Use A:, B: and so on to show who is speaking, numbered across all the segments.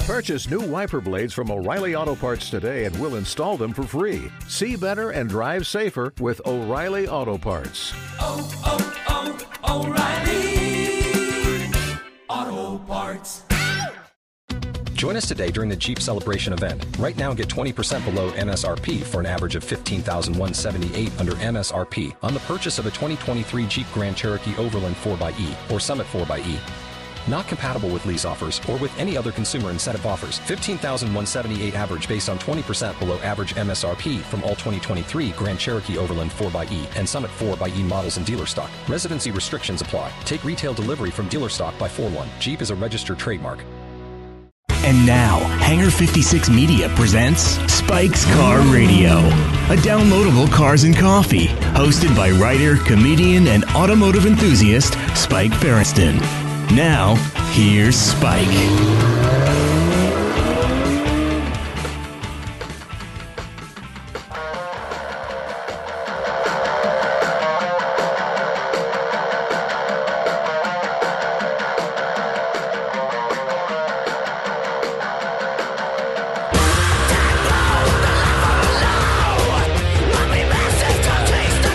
A: Purchase new wiper blades from O'Reilly Auto Parts today and we'll install them for free. See better and drive safer with O'Reilly Auto Parts.
B: oh, oh, O'Reilly Auto Parts.
C: Join us today during the Jeep Celebration event. Right now, get 20% below MSRP for an average of 15178 under MSRP on the purchase of a 2023 Jeep Grand Cherokee Overland 4xE or Summit 4xE. Not compatible with lease offers or with any other consumer incentive offers. 15,178 average based on 20% below average MSRP from all 2023 Grand Cherokee Overland 4xE and Summit 4xE models in dealer stock. Residency restrictions apply. Take retail delivery from dealer stock by 4 1. Jeep is a registered trademark.
D: And now, Hanger 56 Media presents Spike's Car Radio, a downloadable cars and coffee, hosted by writer, comedian, and automotive enthusiast Spike Ferriston. Now, here's Spike.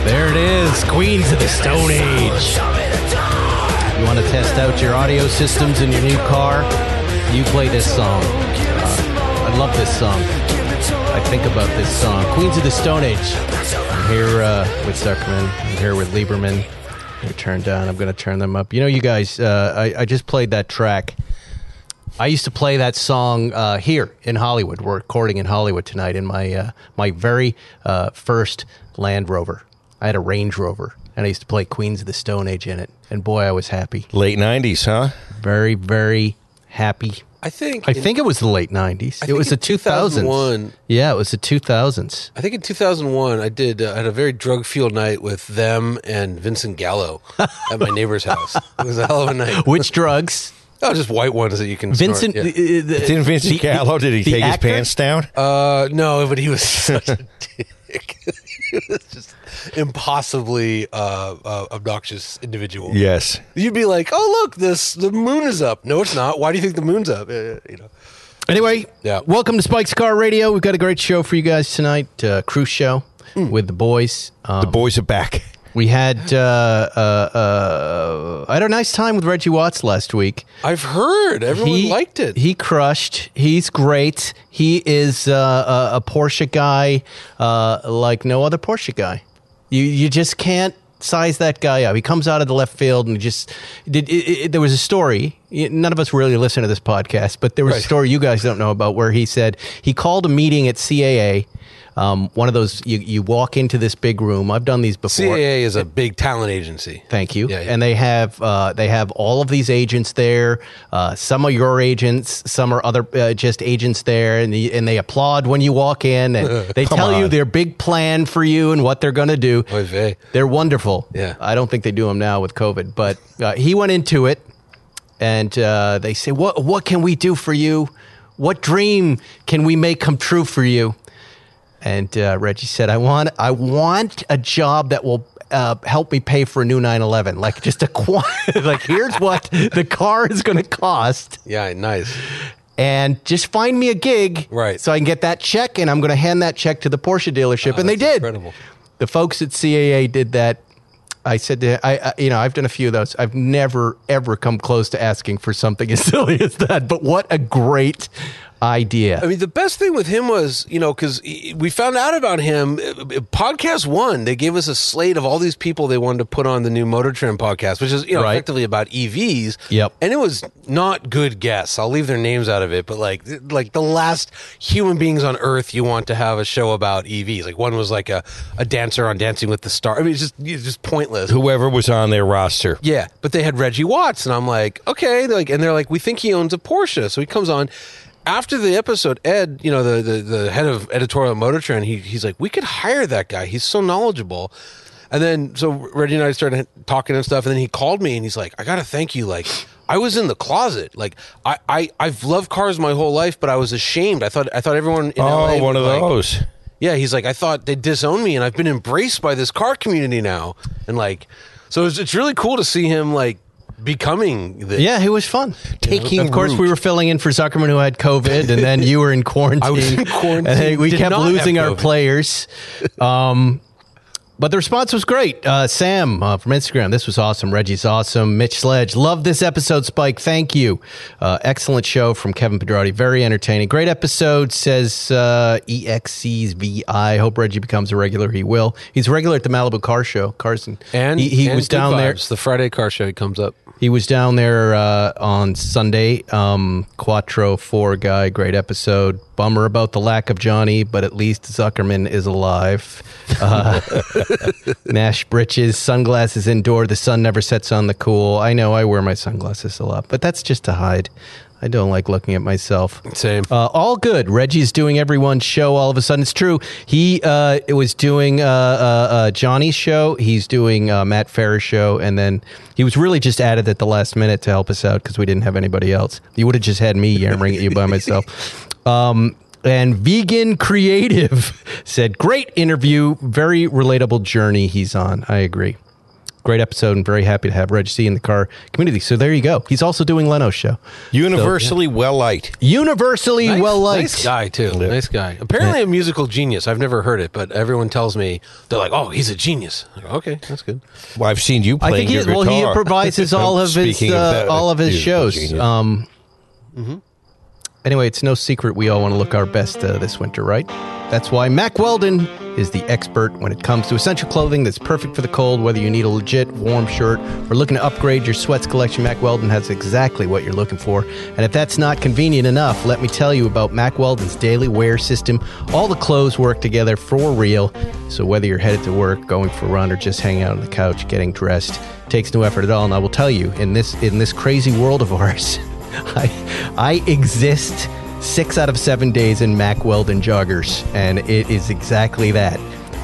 E: There it is, Queens of the Stone Age. You want to test out your audio systems in your new car? You play this song. Uh, I love this song. I think about this song, Queens of the Stone Age. I'm here uh, with Zuckerman. I'm here with Lieberman. They're turned down. I'm going to turn them up. You know, you guys, uh, I, I just played that track. I used to play that song uh, here in Hollywood. We're recording in Hollywood tonight in my uh, my very uh, first Land Rover. I had a Range Rover, and I used to play Queens of the Stone Age in it. And boy, I was happy.
F: Late nineties, huh?
E: Very, very happy.
G: I think
E: I think it was the late '90s. It
G: think
E: was the
G: in
E: 2000s.
G: 2001.
E: Yeah, it was the 2000s.
G: I think in 2001 I did uh, I had a very drug fueled night with them and Vincent Gallo at my neighbor's house. It was a hell of a night.
E: Which drugs?
G: Oh, just white ones that you can. snort,
E: Vincent.
G: yeah.
E: uh, the-
F: Didn't Vincent
E: the-
F: Gallo? Did he
E: the
F: take
E: actor?
F: his pants down?
G: Uh, no, but he was such a dick. he was just impossibly uh, uh, obnoxious individual.
F: yes.
G: You'd be like, "Oh, look, this the moon is up." No, it's not. Why do you think the moon's up? Uh, you know.
E: Anyway,
G: Yeah.
E: welcome to Spike's Car Radio. We've got a great show for you guys tonight. Uh, cruise show with the boys. Um,
F: The boys are back.
E: we had uh, uh, uh, I had a nice time with Reggie Watts last week.
G: I've heard everyone liked it.
E: He crushed. He's great. He is uh, a, a Porsche guy uh, like no other Porsche guy. You you just can't size that guy up. He comes out of the left field and just did. It, it, there was a story. y- None of us really listen to this podcast, but there was a
G: Right.
E: story you guys don't know about where he said he called a meeting at CAA. Um, one of those you, you walk into this big room. I've done these before.
G: CAA is a big talent agency.
E: Thank you.
G: Yeah, yeah.
E: And they have uh, they have all of these agents there. Uh, some are your agents, some are other uh, just agents there, and the, and they applaud when you walk in, and they
F: Come
E: tell you
F: on.
E: their big plan for you and what they're going to do.
G: Oy vey.
E: They're wonderful.
G: Yeah.
E: I don't think they do them now with COVID, but uh, he went into it, and uh, they say, "What what can we do for you? What dream can we make come true for you?" And uh, Reggie said, "I want I want a job that will." Uh, help me pay for a new 911 like just a qu- like here's what the car is going to cost
G: Yeah, nice.
E: and just find me a gig
G: Right. Ah,
E: so i can get that check and i'm going to hand that check to the porsche dealership and they
G: that's
E: did
G: incredible.
E: the folks at CAA did that. I said to I, I, you know, I've done a few of those. I've never ever come close to asking for something as silly as that. But what a great idea!
G: I mean, the best thing with him was, you know, because we found out about him. uh, uh, Podcast one, they gave us a slate of all these people they wanted to put on the new Motor Trend podcast, which is, you know,
E: Right.
G: effectively about EVs.
E: Yep.
G: And it was not good guess. I'll leave their names out of it, but like, th- like the last human beings on Earth you want to have a show about EVs. Like one was like a, a dancer on Dancing with the Star. I mean, it's just it's just pointless.
F: Whoever was on their roster.
G: Yeah, but they had Reggie Watts, and I'm like, okay, they're like, and they're like, we think he owns a Porsche, so he comes on. After the episode, Ed, you know, the the, the head of editorial at Motor Trend, he, he's like, we could hire that guy. He's so knowledgeable. And then so Reggie and I started talking and stuff, and then he called me and he's like, I gotta thank you, like. I was in the closet. Like I, I, I've loved cars my whole life, but I was ashamed. I thought, I thought everyone. In
F: Oh,
G: LA
F: one of
G: would, like,
F: those.
G: yeah, he's like, I thought they disowned me, and I've been embraced by this car community now, and like, so it's, it's really cool to see him like becoming this.
E: Yeah, it was fun.
F: Taking
E: of course, we
F: root.
E: were filling in for Zuckerman who had COVID, and then you were in quarantine.
G: I was in quarantine.
E: And then we
G: Did
E: kept
G: not have
E: losing our
G: COVID.
E: players. Um, but the response was great. Uh, Sam uh, from Instagram, this was awesome. Reggie's awesome. Mitch Sledge, love this episode, Spike. Thank you. Uh, excellent show from Kevin Pedrotti. Very entertaining. Great episode, says uh, EXC's VI. Hope Reggie becomes a regular. He will. He's a regular at the Malibu Car Show, Carson.
G: And
E: he, he
G: and
E: was
G: Good
E: down there.
G: Vibes, The Friday car show he comes up.
E: He was down there uh, on Sunday. Um, Quattro Four guy, great episode. Bummer about the lack of Johnny, but at least Zuckerman is alive. Uh, Nash britches, sunglasses indoor. The sun never sets on the cool. I know I wear my sunglasses a lot, but that's just to hide. I don't like looking at myself.
G: Same.
E: Uh, all good. Reggie's doing everyone's show all of a sudden. It's true. He uh, it was doing uh, uh, uh, Johnny's show. He's doing uh, Matt Farah's show. And then he was really just added at the last minute to help us out because we didn't have anybody else. You would have just had me yammering at you by myself. Um, and Vegan Creative said, Great interview. Very relatable journey he's on. I agree. Great episode and very happy to have Reg C in the car community. So there you go. He's also doing Leno's show.
F: Universally well liked.
E: Universally
G: Nice-
E: well liked.
G: Nice guy too. Nice guy. Apparently a musical genius. I've never heard it, but everyone tells me they're like, "Oh, he's a genius." I go, okay, that's good.
F: Well, I've seen you
E: I
F: playing
E: think he,
F: your
E: well, he
F: guitar.
E: improvises all of his
F: Speaking
E: uh,
F: that,
E: all of his
F: he's a
E: shows.
F: genius.
E: Um, Anyway, it's no secret we all want to look our best uh, this winter, right? That's why Mac Weldon is the expert when it comes to essential clothing that's perfect for the cold, whether you need a legit warm shirt or looking to upgrade your sweats collection. Mac Weldon has exactly what you're looking for. And if that's not convenient enough, let me tell you about Mac Weldon's daily wear system. All the clothes work together for real. So whether you're headed to work, going for a run, or just hanging out on the couch, getting dressed, takes no effort at all. And I will tell you, in this in this crazy world of ours. I, I exist six out of seven days in Mack Weldon joggers, and it is exactly that.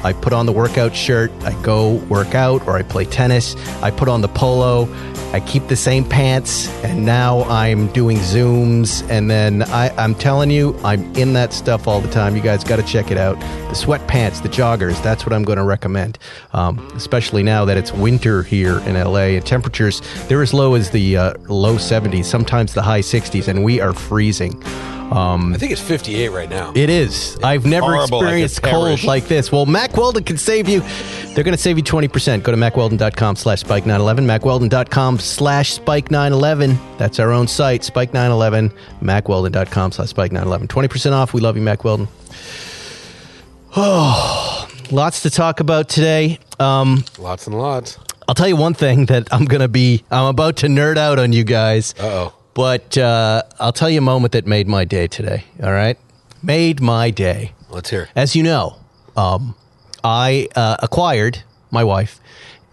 E: I put on the workout shirt, I go work out, or I play tennis. I put on the polo, I keep the same pants, and now I'm doing Zooms. And then I, I'm telling you, I'm in that stuff all the time. You guys got to check it out. The sweatpants, the joggers, that's what I'm going to recommend, um, especially now that it's winter here in LA and temperatures, they're as low as the uh, low 70s, sometimes the high 60s, and we are freezing.
G: I think it's 58 right now.
E: It is. I've never
F: horrible. I could
E: experienced cold
F: perish.
E: like this. Well, Mac Weldon can save you. They're going to save you 20%. Go to macweldon.com slash spike911, macweldon.com slash spike911. That's our own site, spike911, macweldon.com slash spike911. 20% off. We love you, Mac Weldon. Oh, lots to talk about today. Um,
G: Lots and lots.
E: I'll tell you one thing that I'm going to be, I'm about to nerd out on you guys.
G: Uh-oh.
E: But uh, I'll tell you a moment that made my day today. All right. Made my day.
G: Let's hear.
E: As you know, um, I uh, acquired my wife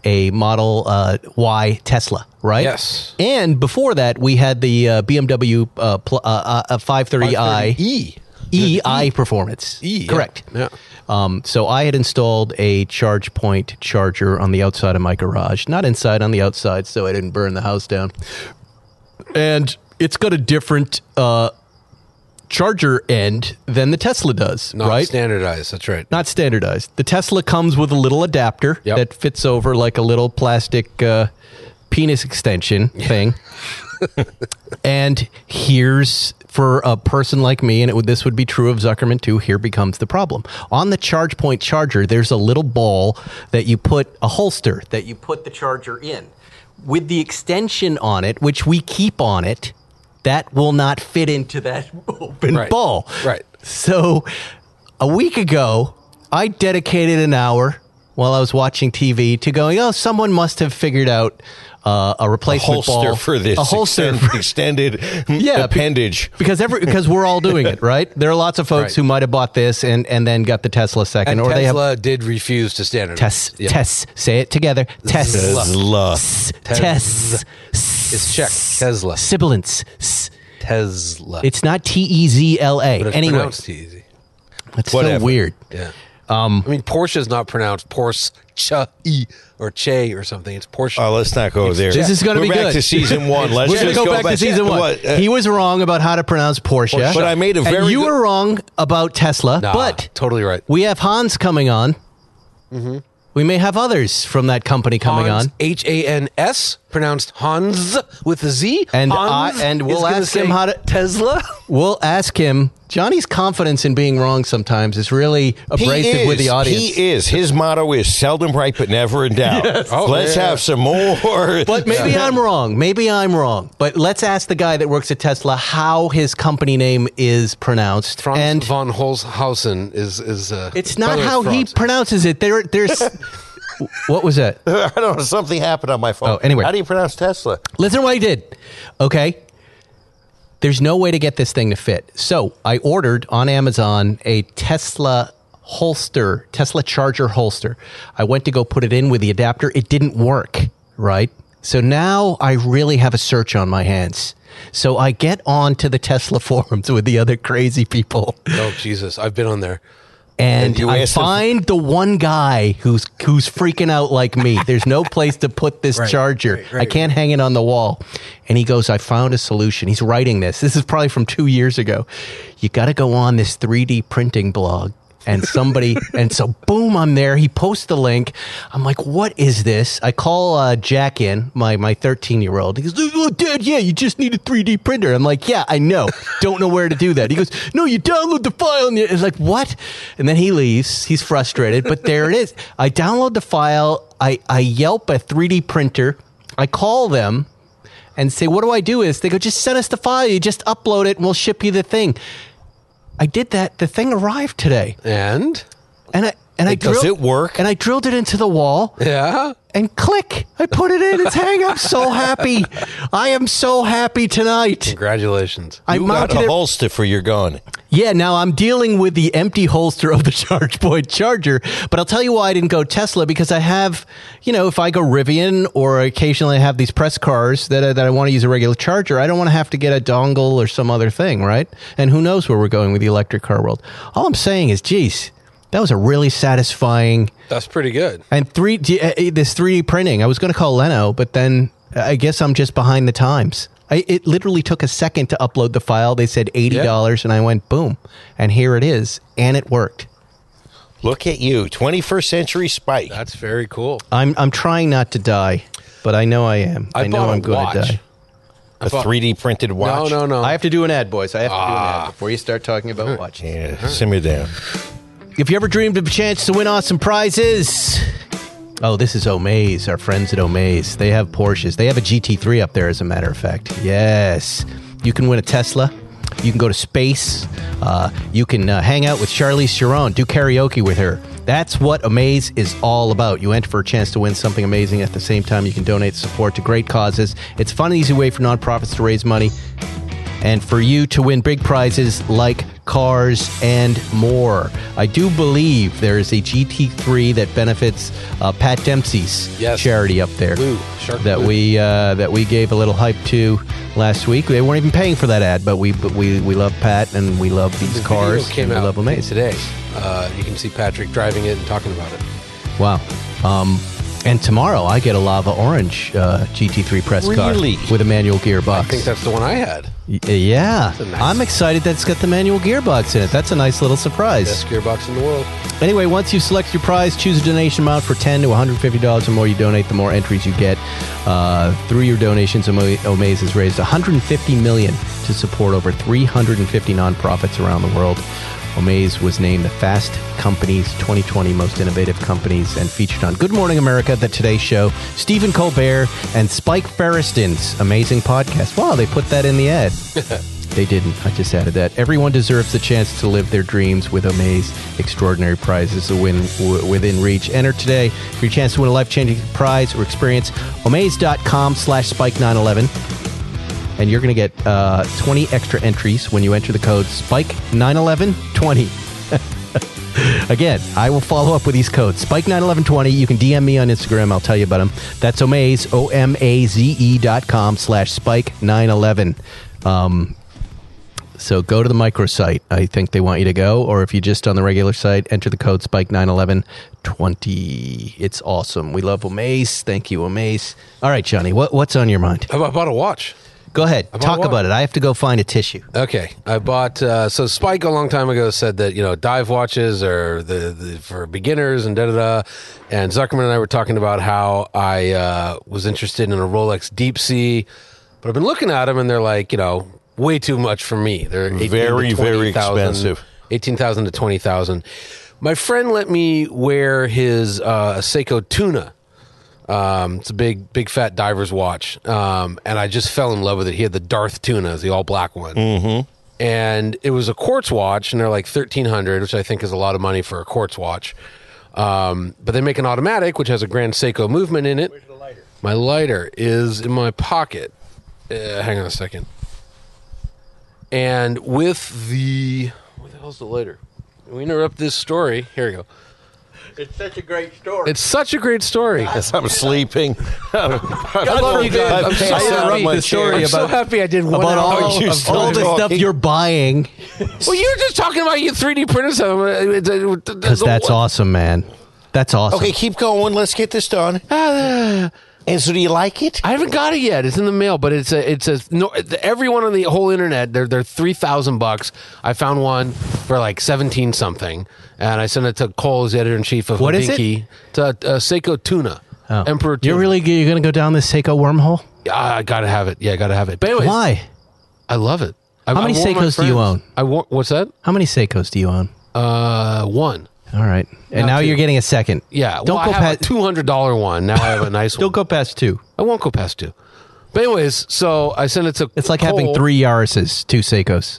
E: a Model uh, Y Tesla, right?
G: Yes.
E: And before that, we had the uh, BMW uh, pl- uh, uh, 530i
G: E.
E: EI performance.
G: E, yeah.
E: Correct.
G: Yeah.
E: Um, so I had installed a charge point charger on the outside of my garage, not inside, on the outside, so I didn't burn the house down. And it's got a different uh, charger end than the Tesla does,
G: Not
E: right?
G: standardized. That's right.
E: not standardized. The Tesla comes with a little adapter
G: Yep.
E: that fits over like a little plastic uh, penis extension thing. and here's for a person like me, and it would, this would be true of Zuckerman too. Here becomes the problem. On the charge point charger, there's a little ball that you put a holster that you put the charger in with the extension on it, which we keep on it. That will not fit into that open
G: Right.
E: ball.
G: Right.
E: So a week ago, I dedicated an hour while I was watching TV to going, oh, someone must have figured out uh, a replacement
F: holster
E: ball
F: for this
E: a holster
F: extend-
E: for-
F: extended
E: be-
F: appendage.
E: because every because we're all doing it, right? There are lots of folks
G: Right.
E: who might have bought this and and then got the Tesla second,
G: And
E: or they have
G: Tesla did refuse to standardize.
E: Tess
G: Yeah.
E: Tess. Say it together, Tesla.
F: Tesla.
E: S- Tess.
G: It's Czech. Tesla.
E: Sibilance. S-
G: Tesla.
E: It's not T E Z L A.
G: But it's
E: Anyway,
G: pronounced easy.
E: it's so
F: Whatever.
E: weird.
G: Yeah. I mean, Porsche is not pronounced Porsche cha e or che or something. It's Porsche.
F: Oh, let's not go there.
E: This is gonna
F: We're
E: be
F: back
E: good.
F: to season one. Let's
E: We're gonna
F: just
E: go, back, to season one.
F: What, uh,
E: he was wrong about how to pronounce Porsche,
F: But I made a
E: and
F: very
E: you
F: good-
E: were wrong about Tesla.
G: Nah,
E: but
G: totally right.
E: we have Hans coming
F: Mm-hmm.
E: on. We may have others from that company coming on.
G: H A N S pronounced Hans with a Z.
E: And
G: Hans
E: I- and
G: is
E: we'll
G: gonna
E: ask him
G: say
E: how to-
G: Tesla.
E: We'll ask him. Johnny's confidence in being wrong sometimes is really abrasive
F: he is,
E: with the audience.
F: He is. His motto is seldom right but never in doubt. Oh, Let's
G: yeah.
F: have some more.
E: But maybe I'm wrong. Maybe I'm wrong. But let's ask the guy that works at Tesla how his company name is pronounced.
G: Franz
E: and
G: von Holzhausen is is. Uh,
E: it's
G: by
E: not
G: the way,
E: how he
G: Franz.
E: pronounces it. There, there's. what was that?
F: I don't know. Something happened on my phone.
E: Oh, anyway.
F: How do you pronounce Tesla?
E: Listen to what I did. Okay. There's no way to get this thing to fit. So I ordered on Amazon a Tesla holster, Tesla charger holster. I went to go put it in with the adapter. It didn't work, right? So now I really have a search on my hands. So I get on to the Tesla forums with the other crazy people
G: Oh Jesus, I've been on there.
E: and,
F: And you
E: I
F: asked him-
E: find the one guy who's who's freaking out like me. There's no place to put this charger. I can't hang it on the wall. And he goes, "I found a solution." He's writing this. This is probably from 2 years ago. You got to go on this 3D printing blog. And somebody, and so boom, I'm there. He posts the link. I'm like, what is this? I call uh, Jack in, my my 13 year old. He goes, oh, Dad, yeah, you just need a 3D printer. I'm like, yeah, I know. Don't know where to do that. He goes, no, you download the file. And you-" it's like, what? And then he leaves. He's frustrated, but there it is. I download the file. I, I Yelp a 3D printer. I call them and say, what do I do? Is they go, just send us the file. You just upload it and we'll ship you the thing. I did that. The thing arrived today.
G: And
E: And I, and I
F: does it work?
E: And I drilled it into the wall
G: yeah,
E: and click. I put it in. It's hang. I'm so happy. I am so happy tonight.
G: congratulations.
E: I
F: You got
E: mounted
F: a
E: it.
F: holster for your gun.
E: Yeah, now I'm dealing with the empty holster of the Charge Point charger. But I'll tell you why I didn't go Tesla because I have, you know, if I go Rivian or occasionally I have these press cars that I, that I want to use a regular charger, I don't want to have to get a dongle or some other thing, right? And who knows where we're going with the electric car world. All I'm saying is, geez, that was a really satisfying
G: That's pretty good.
E: and three D, uh, uh, this three D printing. I was going to call Leno, but then uh, I guess I'm just behind the times. I, it literally took a second to upload the file. They said eighty dollars, and I went boom, and here it is, and it worked.
F: Look at you, 21st century Spike.
G: That's very cool.
E: I'm I'm trying not to die, but I know I am. I, know
G: bought a
E: I'm going
G: watch.
E: to die.
F: a 3D printed watch.
G: No, Ah. no, no.
E: I have to do an ad, boys. I have to do an ad before you start talking about watching.
F: Yeah, simmer down.
E: If you ever dreamed of a chance to win awesome prizes, oh, this is Omaze, our friends at Omaze. They have Porsches. They have a GT3 up there, as a matter of fact. Yes. You can win a Tesla. You can go to space. Uh, you can uh, hang out with Charlize Theron, do karaoke with her. That's what Amaze is all about. You enter for a chance to win something amazing. At the same time, you can donate support to great causes. It's a fun and easy way for nonprofits to raise money and for you to win big prizes like cars and more. I do believe there is a GT3 that benefits uh, Pat Dempsey's
G: Yes.
E: charity up there
G: Lou, Shark
E: that
G: Lou.
E: we uh, that we gave a little hype to last week. They weren't even paying for that ad, but we but we we love Pat and we love these
G: The video
E: cars.
G: came
E: and we
G: out
E: love Amaze.
G: today. Uh, you can see Patrick driving it and talking about it.
E: Wow. Um, and tomorrow I get a lava orange uh, GT3 press
F: Really?
E: car with a manual gearbox.
G: I think that's the one I had.
E: Y- uh, yeah,
G: a nice-
E: I'm excited that it's got the manual gearbox in it. That's a nice little surprise.
G: Best gearbox in the world.
E: Anyway, once you select your prize, choose a donation amount for ten to one hundred fifty dollars or more. You donate, the more entries you get. Uh, through your donations, Oma- Omaze has raised one hundred fifty million to support over three hundred and fifty nonprofits around the world. Omaze was named the Fast Company's 2020 Most Innovative Companies and featured on Good Morning America, The Today Show, Stephen Colbert, and Spike Ferriston's amazing podcast. Wow, they put that in the ad. They didn't. I just added that. Everyone deserves the chance to live their dreams with Amaze. Extraordinary prizes to win w- within reach. Enter today for your chance to win a life-changing prize or experience. Omaze.com slash spike911. And you're going to get uh, 20 extra entries when you enter the code spike91120. Again, I will follow up with these codes. Spike91120. You can DM me on Instagram. I'll tell you about them. That's Omaze, O-M-A-Z-E E dot com slash spike911. Um, so go to the microsite. I think they want you to go, or if you're just on the regular site, enter the code Spike nine eleven twenty. It's awesome. We love Amaze. Thank you, Amaze. All right, Johnny, what, what's on your mind?
G: I bought- bought a watch.
E: Go ahead.
G: About
E: Talk
G: what?
E: about it. I have to go find a tissue.
G: Okay, I bought. Uh, so Spike a long time ago said that you know dive watches are the, the for beginners and da da da. And Zuckerman and I were talking about how I uh, was interested in a Rolex Deep Sea, but I've been looking at them and they're like you know way too much for me. They're 18 to
F: Very, very
G: 20,000,
F: expensive.
G: Eighteen thousand to twenty thousand. My friend let me wear his uh, Seiko Tuna. Um, it's a big, big fat diver's watch. Um, and I just fell in love with it. He had the Darth Tuna, the all black one. Mm-hmm. And it was a quartz watch, and they're like 1300 which I think is a lot of money for a quartz watch. Um, but they make an automatic, which has a Grand Seiko movement in it. My lighter is in my pocket. Uh, hang on a second. And with the. Where the hell's the lighter? We interrupt this story. Here we go.
H: It's such a great story.
G: It's such a great story.
F: I'm sleeping. I
G: love you, Dave. I'm so happy.
F: my
E: The story
F: chair.
G: I'm so happy I did one
E: About
G: hour.
E: all,
F: Oh, you
E: of
F: still
E: all the
F: talking.
E: stuff you're buying.
G: Well, you were just talking about your 3D printers. Because
E: Because that's awesome, man. That's awesome.
F: Okay, keep going. Let's get this done.
G: Ah,
F: And so, do you like it?
G: I haven't got it yet. It's in the mail, but it's a it's a no. Everyone on the whole internet, they're they're three thousand bucks. I found one for like seventeen something, and I sent it to Cole's editor in chief of
E: What is it?
G: Hodinkee, to uh, Seiko Tuna,
E: Oh.
G: Emperor. Tuna. Ah,
E: You're really g- you're gonna go down this Seiko wormhole?
G: I gotta have it. Yeah, I gotta have it. But anyways,
E: Why?
G: I love it. I,
E: How
G: I
E: many
G: wore my
E: Seikos do you
G: friends-
E: own?
G: I wore, what's that?
E: How many Seikos do you own?
G: Uh, one.
E: All right, and now you're getting a second.
G: Yeah,
E: Don't go past
G: two hundred dollar one. Now I have a nice one.
E: Don't go past two.
G: I won't go past two. But anyways, so I sent it to.
E: It's like having
G: Cole.
E: three Yaris's, two Seikos.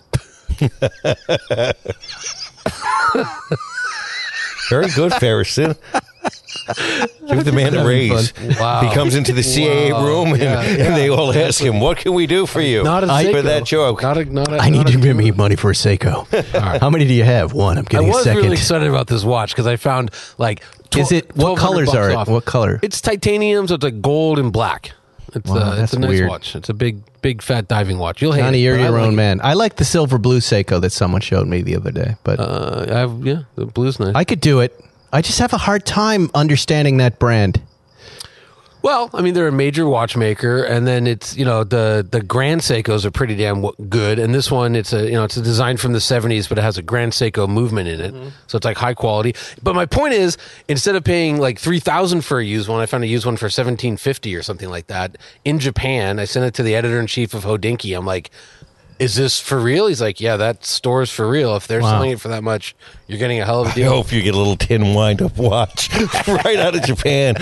F: Very good, Ferrison. Give the man a raise.
G: Wow.
F: He comes into the CAA room and, and they all ask him, "What can we do for you?"
G: Not a
F: for
G: Seiko.
F: that joke.
G: Not a, not a,
E: I
G: not
E: need
G: a
E: you to
G: Tuna.
E: give me money for a Seiko. How many do you have? One. I'm
G: I
E: getting a
G: was
E: second.
G: really excited about this watch because I found like. tw-
E: Is it- what
G: 1200
E: colors are
G: bucks
E: it?
G: off.
E: What color?
G: It's titanium, so it's like gold and black. It's,
E: Wow,
G: uh, it's
E: that's
G: a nice
E: weird.
G: watch. It's a big, big fat diving watch. You'll hate
E: Johnny,
G: it,
E: you're
G: but I
E: your
G: like
E: own
G: it.
E: man. I like the silver blue Seiko that someone showed me the other day, but
G: Uh, I have, yeah, the blue's nice.
E: I could do it. I just have a hard time understanding that brand.
G: Well, I mean, they're a major watchmaker, and then it's you know the the Grand Seikos are pretty damn w- good, and this one it's a you know it's a design from the '70s, but it has a Grand Seiko movement in it, so it's like high quality. But my point is, instead of paying like three thousand for a used one, I found a used one for seventeen fifty or something like that in Japan. I sent it to the editor in chief of Hodinkee. I'm like, "Is this for real?" He's like, "Yeah, that store's for real. If they're selling it for that much, you're getting a hell of a
F: I
G: deal."
F: hope you get a little tin wind-up watch right out of Japan.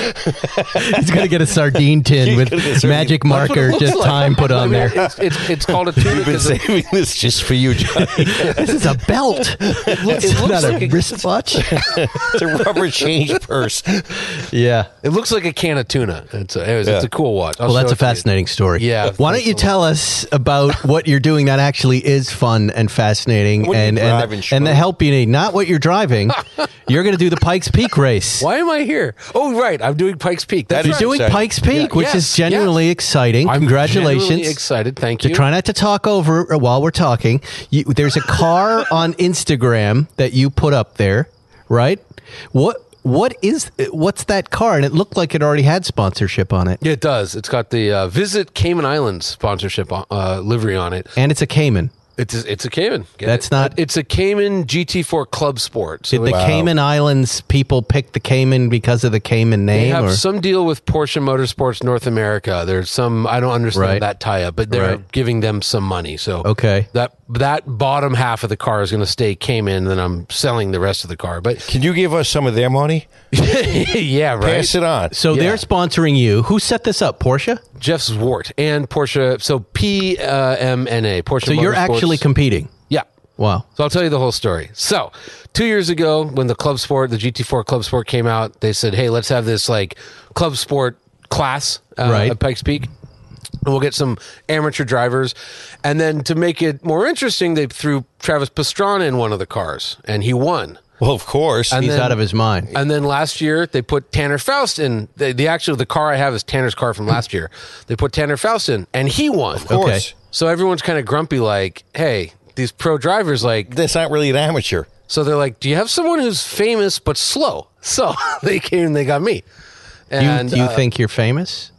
E: He's gonna get a sardine tin with
F: gonna get a sardine.
E: magic
G: That's what it
E: marker,
G: looks
E: just
G: like.
E: time put
G: I
E: on
G: mean,
E: there.
G: It's, it's, it's called a tunic.
F: I've been
G: It's a-
F: saving this just for you, Johnny.
E: This is a belt.
G: it
E: It's
G: looks
E: not
G: like
E: a
G: a-
E: wristwatch.
F: It's a rubber change purse.
E: yeah.
G: It looks like a can of tuna. It's a, anyways, it's
F: Yeah.
G: a cool watch. I'll
E: Well, that's a
G: show it to you.
E: fascinating story.
G: Yeah,
E: Why don't
G: thanks
E: you
G: a lot.
E: tell us about what you're doing that actually is fun and fascinating
F: What are you
E: and
F: driving,
E: and, and the
F: schmuck?
E: help you need? Not what you're driving. you're going to do the Pikes Peak race.
G: Why am I here? Oh, right. I'm doing Pikes Peak.
F: That
G: That's
E: You're
F: is
G: right.
E: doing
F: exciting.
E: Pikes Peak,
G: Yeah,
E: which
G: yes,
E: is genuinely exciting.
G: I'm
E: Congratulations.
G: genuinely excited. Thank
E: to
G: you.
E: try not to talk over uh, while we're talking, you, there's a car on Instagram that you put up there, right? What what is what's that car? And it looked like it already had sponsorship on it,
G: yeah, it does. It's got the uh, Visit Cayman Islands sponsorship on, uh, livery on it.
E: and it's a Cayman.
G: It's a, it's a Cayman. Get
E: That's
G: it?
E: not-
G: It's a Cayman GT4 Club Sport. So
E: Did the
G: it-
E: Cayman Islands people pick the Cayman because of the Cayman
G: they
E: name?
G: have
E: or?
G: some deal with Porsche Motorsports North America. There's some I don't understand
E: Right.
G: that tie up, but they're
E: Right.
G: giving them some money. So
E: Okay.
G: that that bottom half of the car is going to stay Cayman, and then I'm selling the rest of the car. But
F: Can you give us some of their money?
G: yeah, right.
F: Pass it on.
E: so
G: Yeah.
E: they're sponsoring you. Who set this up? Porsche?
G: Jeff Zwart and Porsche. So P uh, M N A Porsche.
E: So you're
G: Motorsports.
E: actually competing.
G: yeah.
E: Wow.
G: So I'll tell you the whole story. So two years ago, when the Club Sport, the GT4 Club Sport came out, they said, "Hey, let's have this like Club Sport class uh,
E: Right.
G: at Pikes Peak." And we'll get some amateur drivers. And then to make it more interesting, they threw Travis Pastrana in one of the cars and he won.
F: Well, of course.
G: And
E: He's
G: then-
E: out of his mind.
G: And then last year they put Tanner Faust in. The, the actual the car I have is Tanner's car from last year. They put Tanner Faust in, and he won. Of
F: course.
G: So everyone's kind of grumpy, like, "Hey, these pro drivers like."
F: That's not really an amateur.
G: So they're like, "Do you have someone who's famous but slow?" So they came and they got me.
E: You,
G: And
E: you
G: uh,
E: think you're famous?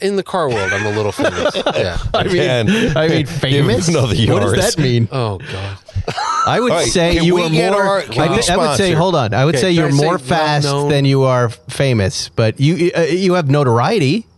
G: in the car world, I'm a little famous. yeah.
I: I mean,
F: Again.
I: I mean,
F: Give him
I: famous.
F: another
I: what does
F: Yaris.
I: that mean?
G: Oh God.
E: I would
F: All right,
E: say
F: can
E: you
F: we
E: are
F: get
E: more.
F: our-
E: I,
F: can
E: thi-
F: we
E: I would say,
F: sponsor?
E: hold on. I would
G: Okay,
E: say
G: can
E: you're
G: I say
E: more fast
G: well-known?
E: than you are famous, but you uh, you have notoriety.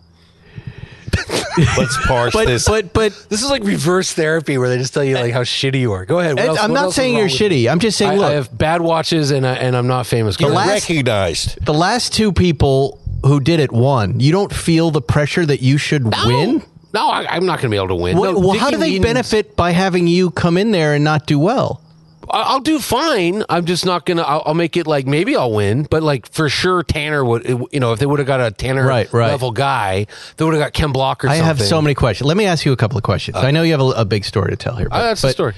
F: Let's parse
E: But
F: this.
E: but but
G: This is like reverse therapy where they just tell you like how shitty you are. Go ahead. What else-
E: I'm
G: what
E: not
G: else is
E: saying
G: wrong
E: you're
G: with you?
E: shitty. I'm just saying,
G: I,
E: look,
G: I have bad watches and I, and I'm not famous. Go
E: The
G: ahead.
E: last-
F: recognized.
E: the last two people who did it won. You don't feel the pressure that you should win.
G: No, I, I'm not going to be able to win.
E: What,
G: No,
E: well,
G: Dickie
E: how do they
G: Ween's-
E: benefit by having you come in there and not do well?
G: I- I'll do fine. I'm just not gonna. I'll, I'll make it like maybe I'll win, but like for sure Tanner would. You know, if they would have got a Tanner
E: Right, right.
G: level guy, they would have got Ken Block or
E: I
G: something.
E: have so many questions. Let me ask you a couple of questions. I know you have a, a big story to tell here. But,
G: Uh, that's the
E: but
G: story.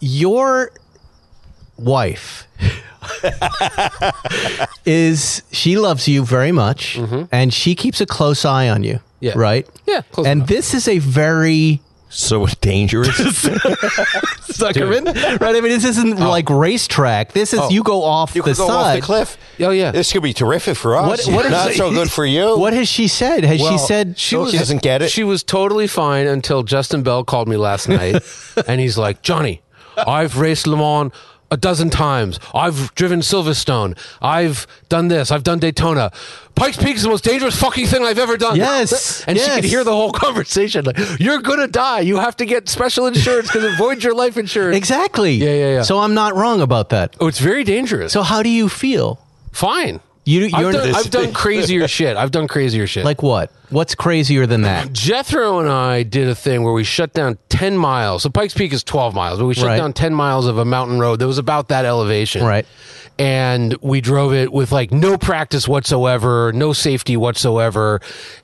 E: Your wife is she loves you very much, and she keeps a close eye on you.
G: Mm-hmm. Yeah.
E: Right.
G: Yeah, close
E: and
G: enough.
E: this is a very
F: So dangerous.
E: Zuckerman, right? I mean, this isn't like racetrack. This is you go off
F: you
E: the
F: could go
E: side.
F: off the cliff.
G: Oh, yeah.
F: This could be terrific for us.
E: What- what is-
F: Not so good for you.
E: What has she said? Has she
F: Well,
E: said
F: she was- She doesn't get it.
G: She was totally fine until Justin Bell called me last night, and he's like, Johnny, I've raced Le Mans a dozen times. I've driven Silverstone. I've done this. I've done Daytona. Pikes Peak is the most dangerous fucking thing I've ever done.
E: Yes,
G: and she
E: yes.
G: could hear the whole conversation. Like, you're gonna die. You have to get special insurance because avoid your life insurance.
E: exactly?
G: Yeah, yeah, yeah.
E: So I'm not wrong about that.
G: Oh, it's very dangerous.
E: So how do you feel?
G: fine.
E: You
G: I've
E: you're
G: done, I've done crazier shit. I've done crazier shit.
E: like what? What's crazier than that?
G: Jethro and I did a thing where we shut down 10 miles. So Pikes Peak is 12 miles, but we shut
E: Right.
G: down 10 miles of a mountain road that was about that elevation.
E: Right.
G: And we drove it with like no practice whatsoever, no safety whatsoever.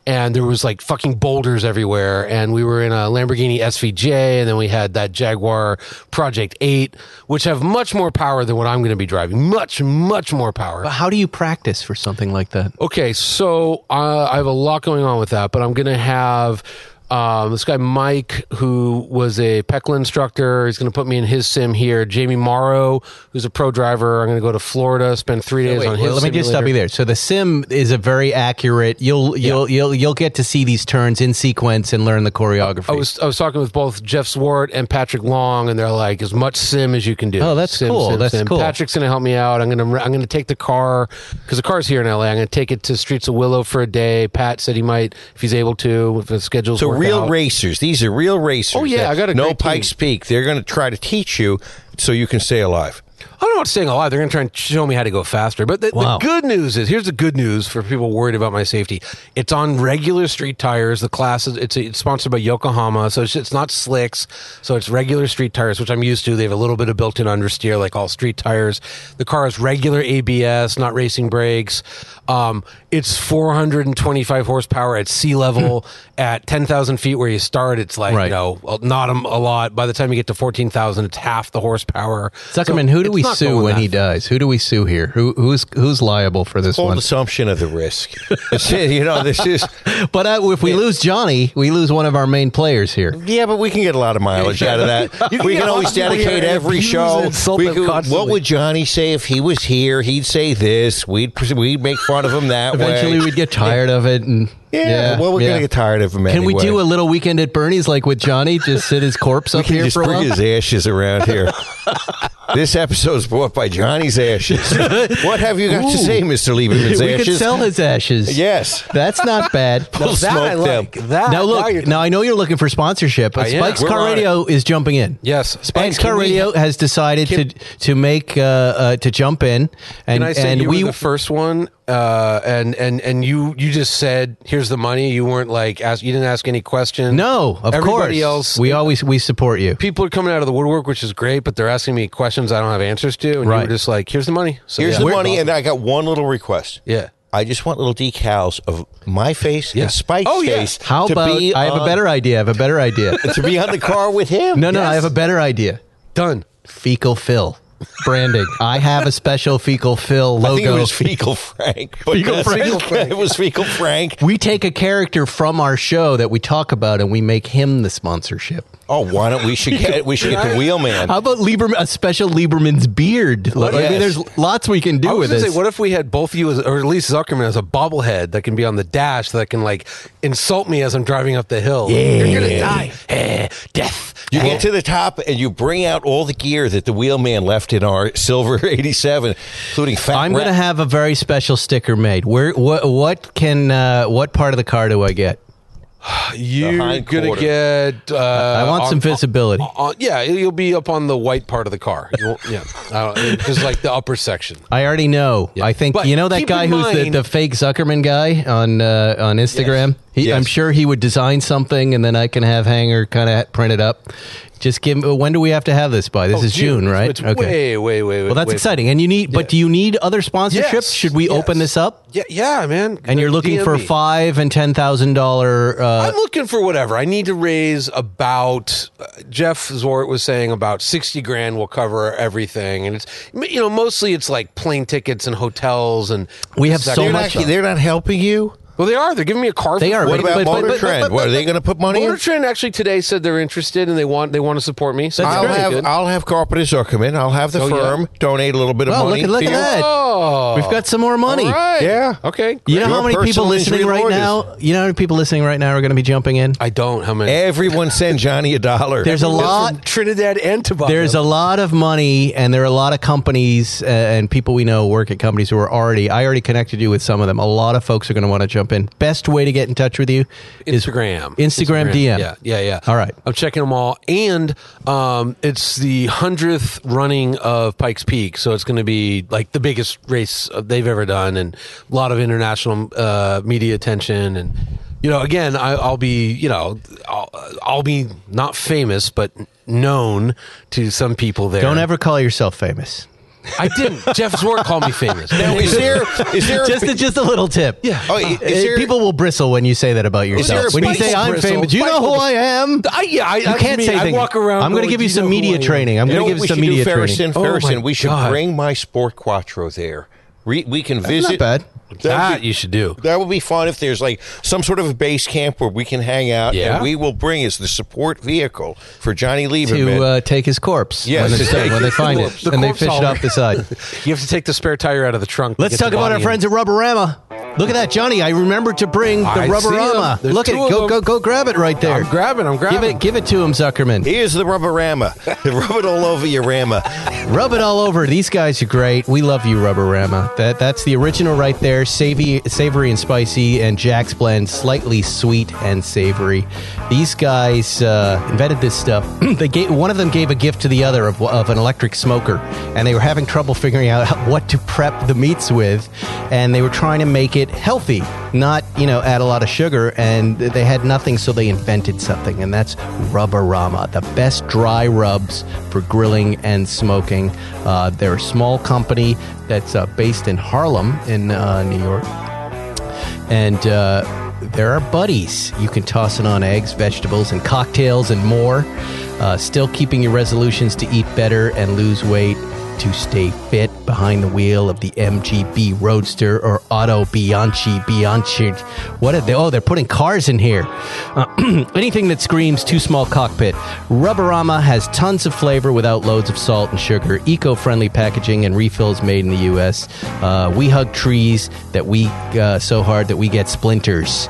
G: And there was like fucking boulders everywhere. And we were in a Lamborghini SVJ. And then we had that Jaguar Project 8, which have much more power than what I'm going to be driving. Much, much more power.
E: But how do you practice for something like that?
G: Okay, so uh, I have a lot going on with that, but I'm going to have um, this guy Mike, who was a Peckland instructor. He's going to put me in his sim here. Jamie Morrow, who's a pro driver. I'm going to go to Florida, spend three days on
E: Wait,
G: his.
E: let me just stop you
G: simulator.
E: there. So the sim is a very accurate. You'll you'll you'll you'll get to see these turns in sequence and learn the choreography.
G: I was I was talking with both Jeff Swart and Patrick Long, and they're like, as much sim as you can do.
E: Oh, that's
G: sim,
E: cool. That's cool.
G: Patrick's gonna help me out. I'm gonna I'm gonna take the car because the car's here in LA. I'm gonna take it to Streets of Willow for a day. Pat said he might if he's able to if his schedule's
F: So
G: worked
F: real
G: out.
F: racers. These are real racers.
G: Oh, yeah,
F: that
G: I got a
F: no
G: great team.
F: Pikes Peak. They're going to try to teach you so you can stay alive.
G: I don't know what's saying a lot. They're going to try and show me how to go faster. But the,
E: Wow.
G: the good news is here's the good news for people worried about my safety. It's on regular street tires. The class is it's, it's sponsored by Yokohama, so it's, it's not slicks. So it's regular street tires, which I'm used to. They have a little bit of built-in understeer, like all street tires. The car is regular ABS, not racing brakes. Um, it's 425 horsepower at sea level. At 10,000 feet where you start, it's like
E: Hmm. Right.
G: you know well, not a, a lot. By the time you get to 14,000, it's half the horsepower.
E: Zuckerman,
G: So
E: who do
G: it's
E: we
G: not
E: sue
G: going
E: when
G: that
E: he dies? Who do we sue here? Who who's who's liable for this
F: Full
E: one?
F: assumption of the risk. It's- you know, this is.
E: But uh, if we lose Johnny, we lose one of our main players here.
F: Yeah, but we can get a lot of mileage out of that. we
G: get
F: can
G: a
F: always
G: lot of people
F: dedicate
G: here
F: every
G: abuse and
F: show.
G: insult
F: We
G: them
F: could- what
G: constantly.
F: would Johnny say if he was here? He'd say this. We'd we'd make fun of him that
E: Eventually,
F: way.
E: we'd get tired of it. And
F: yeah, Well, we're gonna get tired of him.
E: Can we
F: anyway.
E: do a little weekend at Bernie's like with Johnny? Just sit his corpse
F: We
E: up
F: can
E: here
F: just
E: for a
F: bring
E: while.
F: his ashes around here. this episode is brought by Johnny's ashes. what have you got to say, Mister Lieberman's
E: We
F: ashes?
E: could sell his ashes.
F: Yes.
E: that's not bad.
F: We'll
G: that
F: smoke
G: I like.
F: them.
G: That
E: now look,
G: you're-
E: now, I know you're looking for sponsorship, but
G: I am.
E: Spike's
F: We're
E: Car
F: on it.
E: Radio is jumping in.
G: Yes.
E: Spike's
G: And can
E: Car
G: we-
E: Radio has decided to to make uh, uh, to jump in, and
G: Can I say
E: and
G: you
E: we
G: were the first one, uh, and and and you you just said, "Here's the money." You weren't like ask, you didn't ask any question.
E: no, of
G: Everybody
E: course,
G: else.
E: we always we support you.
G: people are coming out of the woodwork, which is great, but they're asking me questions I don't have answers to, and you
E: Right.
G: were just like, "Here's the money." So,
F: Here's
G: yeah.
F: the money, and I got one little request.
G: Yeah.
F: I just want little decals of my face
G: Yeah.
F: and Spike's
G: Oh, yeah.
F: face.
E: How
F: to
E: about
F: be
E: I have a
F: on-
E: better idea? I have a better idea.
F: to be on the car with him?
E: No, no, I have a better idea.
G: done.
E: Fecal Phil branding. I have a special Fecal Phil
F: I
E: logo.
F: think it was Fecal Frank. but
E: Fecal
F: yes,
E: Frank.
F: it was Fecal Frank.
E: we take a character from our show that we talk about and we make him the sponsorship.
F: Oh, why don't we should get we should get the wheelman?
E: How about Lieberman, a special Lieberman's beard? Like, I mean,
F: Yes.
E: there's lots we can do
G: I was
E: with
G: gonna
E: this.
G: say, what if we had both of you, as, or at least Zuckerman, as a bobblehead that can be on the dash that can like insult me as I'm driving up the hill? You're gonna die. Eh, death.
F: You get to the top and you bring out all the gear that the wheelman left in our silver '87, including fat.
E: I'm
F: rat-
E: going to have a very special sticker made. Where what what can uh, what part of the car do I get?
G: You're
F: hind
G: gonna
F: quarter.
G: get. Uh,
E: I want some
G: on-
E: visibility.
G: on- Uh, yeah, you'll be up on the white part of the car. You won't, yeah, I don't, just like the upper section.
E: I already know. I think
G: But
E: you know that
G: keep
E: guy
G: in
E: who's
G: mind-
E: the, the fake Zuckerman guy on uh, on Instagram. He,
F: Yes.
E: I'm sure he would design something, and then I can have Hanger kind of print it up. Just give. uh, When do we have to have this by? This
G: Oh,
E: is June, right?
G: It's Way, way, way.
E: Well, that's
G: way-
E: exciting. And you need, but do you need other sponsorships?
G: Yes,
E: Should we open
G: yes.
E: this up?
G: Yeah, yeah, man.
E: And you're looking for
G: DMV.
E: five and ten thousand dollar. Uh,
G: I'm looking for whatever. I need to raise about uh, Jeff Zort was saying about 60 grand will cover everything and it's you know mostly it's like plane tickets and hotels and
E: We have so
F: They're
G: Second-
F: not,
E: much of-
F: they're not helping you.
G: Well they are. They're giving me a car.
E: They
G: for
E: are,
G: free.
F: What
E: But-
F: about
E: but- but-
F: Motor
E: but-
F: Trend?
E: but-
F: what are they going to put money
G: Motor
F: in?
G: Trend actually today said they're interested and they want they want to support me. So
F: I'll
G: that's
F: have
G: pretty good.
F: I'll have Carpenter Zuckerman. I'll have the
G: Oh, yeah.
F: firm donate a little bit of
E: well,
F: money.
E: oh, look at look
F: to
E: at that.
F: you.
G: Oh.
E: We've got some more money.
G: All right.
F: Yeah.
G: Okay.
E: You know
F: Your
E: how many people
F: personal
E: listening
F: injury
E: right
F: lawyers.
E: now? You know how many people listening right now are going to be jumping in?
G: I don't. How many?
F: Everyone send Johnny a dollar.
E: There's a
G: That's
E: lot.
G: from Trinidad and Tobago.
E: There's a lot of money, and there are a lot of companies uh, and people we know work at companies who are already. I already connected you with some of them. A lot of folks are going to want to jump in. Best way to get in touch with you is
G: Instagram.
E: Instagram, DM.
G: Yeah, yeah, yeah.
E: All right.
G: I'm checking them all. And um, it's the 100th running of Pikes Peak. So it's going to be like the biggest race uh, they've ever done and a lot of international uh, media attention. And, you know, again, I, I'll be, you know, I'll, I'll be not famous, but known to some people there.
E: Don't ever call yourself famous.
G: I didn't. Jeff Zwart called me famous.
F: is there is there
E: just a, just a little tip. Yeah.
F: Oh, i- is there-
E: people will bristle when you say that about
F: there
E: yourself.
F: a
E: When you say
F: Michael
E: I'm
G: bristle?
E: famous, do you know who
G: Michael-
E: I am.
G: I, yeah, I,
E: You can't say
G: I
E: things.
G: walk around.
E: I'm going to
G: going,
E: give you
G: "Do know
E: some
G: who I
E: media
G: am?"
E: training. I'm
F: You know
E: going to
F: what
E: give
F: we
E: you some
F: should do,
E: media
F: Ferriston?
E: training.
G: Oh, my
F: Ferriston, we should
G: God.
F: bring my Sport Quattro there. We, we can
E: Not
F: visit.
E: bad.
G: That you should do.
F: That would be fun if there's like some sort of a base camp where we can hang out.
G: Yeah.
F: And we will bring as the support vehicle for Johnny Lieberman.
E: To uh, take his corpse
F: Yes,
E: when,
F: to
E: it's-
F: take
E: when they
F: his
E: find
G: corpse.
E: it
G: The
E: and they
G: corpse
E: fish it
G: hauler.
E: off the side.
G: You have to take the spare tire out of the trunk.
E: Let's talk about our friends at Rubberama. Look at that, Johnny! I remembered to bring the
G: I see 'em.
E: Rubberama.
G: There's
E: Look at it.
G: two of
E: Go,
G: 'em.
E: go, go! Grab it right there.
G: I'm grabbing, I'm
E: Give
G: grabbing.
E: it, give it to him, Zuckerman.
F: Here's the rubberama. Rub it all over your rama.
E: Rub it all over. These guys are great. We love you, Rubberama. That that's the original right there. Savory, savory and spicy, and Jack's blend, slightly sweet and savory. These guys uh, invented this stuff. they gave, one of them gave a gift to the other of, of an electric smoker, and they were having trouble figuring out what to prep the meats with, and they were trying to make it healthy, not you know add a lot of sugar. And they had nothing, so they invented something, and that's Rubberama, the best dry rubs for grilling and smoking. Uh, they're a small company that's uh, based in Harlem in uh, New York, and uh, there are buddies. You can toss it on eggs, vegetables, and cocktails and more. Uh, still keeping your resolutions to eat better and lose weight to stay fit behind the wheel of the MGB Roadster or Auto Bianchi Bianchi. What are they? Oh, they're putting cars in here. Uh, anything that screams too small cockpit. Rubberama has tons of flavor without loads of salt and sugar. Eco-friendly packaging and refills made in the U.S. Uh, we hug trees that we uh, so hard that we get splinters.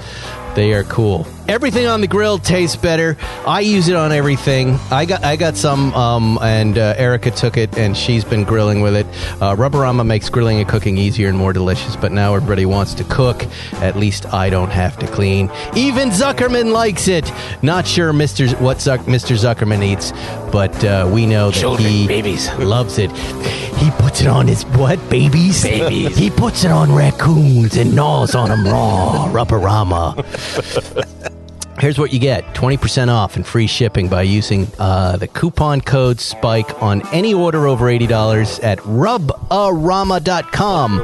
E: They are cool. Everything on the grill tastes better. I use it on everything. I got I got some, um, and uh, Erica took it, and she's been grilling with it. Uh, Rubberama makes grilling and cooking easier and more delicious. But now everybody wants to cook. At least I don't have to clean. Even Zuckerman likes it. Not sure Mr. Z- what Zuck, Mr. Zuckerman eats, but uh, we know that he babies. loves it. He puts it on his what babies? Babies. He puts it on raccoons and gnaws on them raw. Rubberama. Here's what you get 20% off and free shipping by using uh, the coupon code SPIKE on any order over $80 at rubarama.com.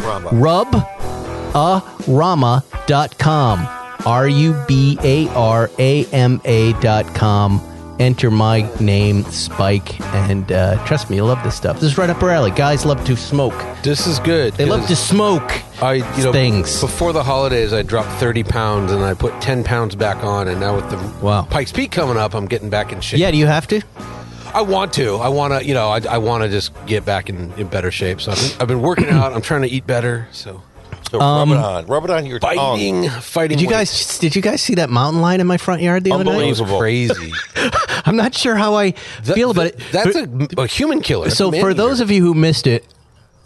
E: Rubarama.com. R U B A R A M A.com. Enter my name, Spike, and uh, trust me, you love this stuff. This is right up our alley. Guys love to smoke.
G: This is good.
E: They love to
G: 'cause
E: smoke
G: I, you know,
E: things.
G: Before the holidays, I dropped 30 pounds and I put 10 pounds back on. And now with the
E: Wow.
G: Pikes Peak coming up, I'm getting back in shape.
E: yeah, do you have to?
G: I want to. I want to, you know, I, I want to just get back in, in better shape. So I've been, I've been working out. I'm trying to eat better. So
F: So rub it on. Rub it on your tongue.
G: fighting, fighting.
E: Oh. Did you
G: weights.
E: guys did you guys see that mountain lion in my front yard the other
G: It was
E: night?
F: Unbelievable.
G: crazy.
E: I'm not sure how I
G: That-
E: feel about it.
G: That's a, a human killer. That's
E: so
G: a man
E: for
G: eater.
E: those of you who missed it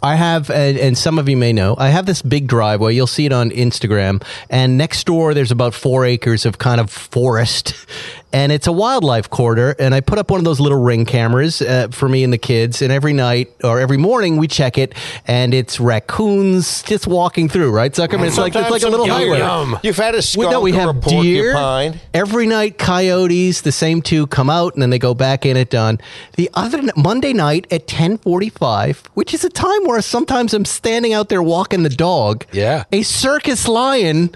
E: i have and, and some of you may know i have this big driveway you'll see it on instagram and next door there's about four acres of kind of forest and it's a wildlife corridor and i put up one of those little ring cameras uh, for me and the kids and every night or every morning we check it and it's raccoons just walking through right zuckerman it's like it's like a little
F: Sometimes
E: highway
F: some- You've had a skunk
E: we, no, we
F: or
E: have
F: a
E: deer
F: porcupine.
E: every night. Coyotes, the same two come out and then they go back in at dawn. The other n- Monday night at ten forty-five, which is a time where sometimes I'm standing out there walking the dog.
G: Yeah.
E: a circus lion,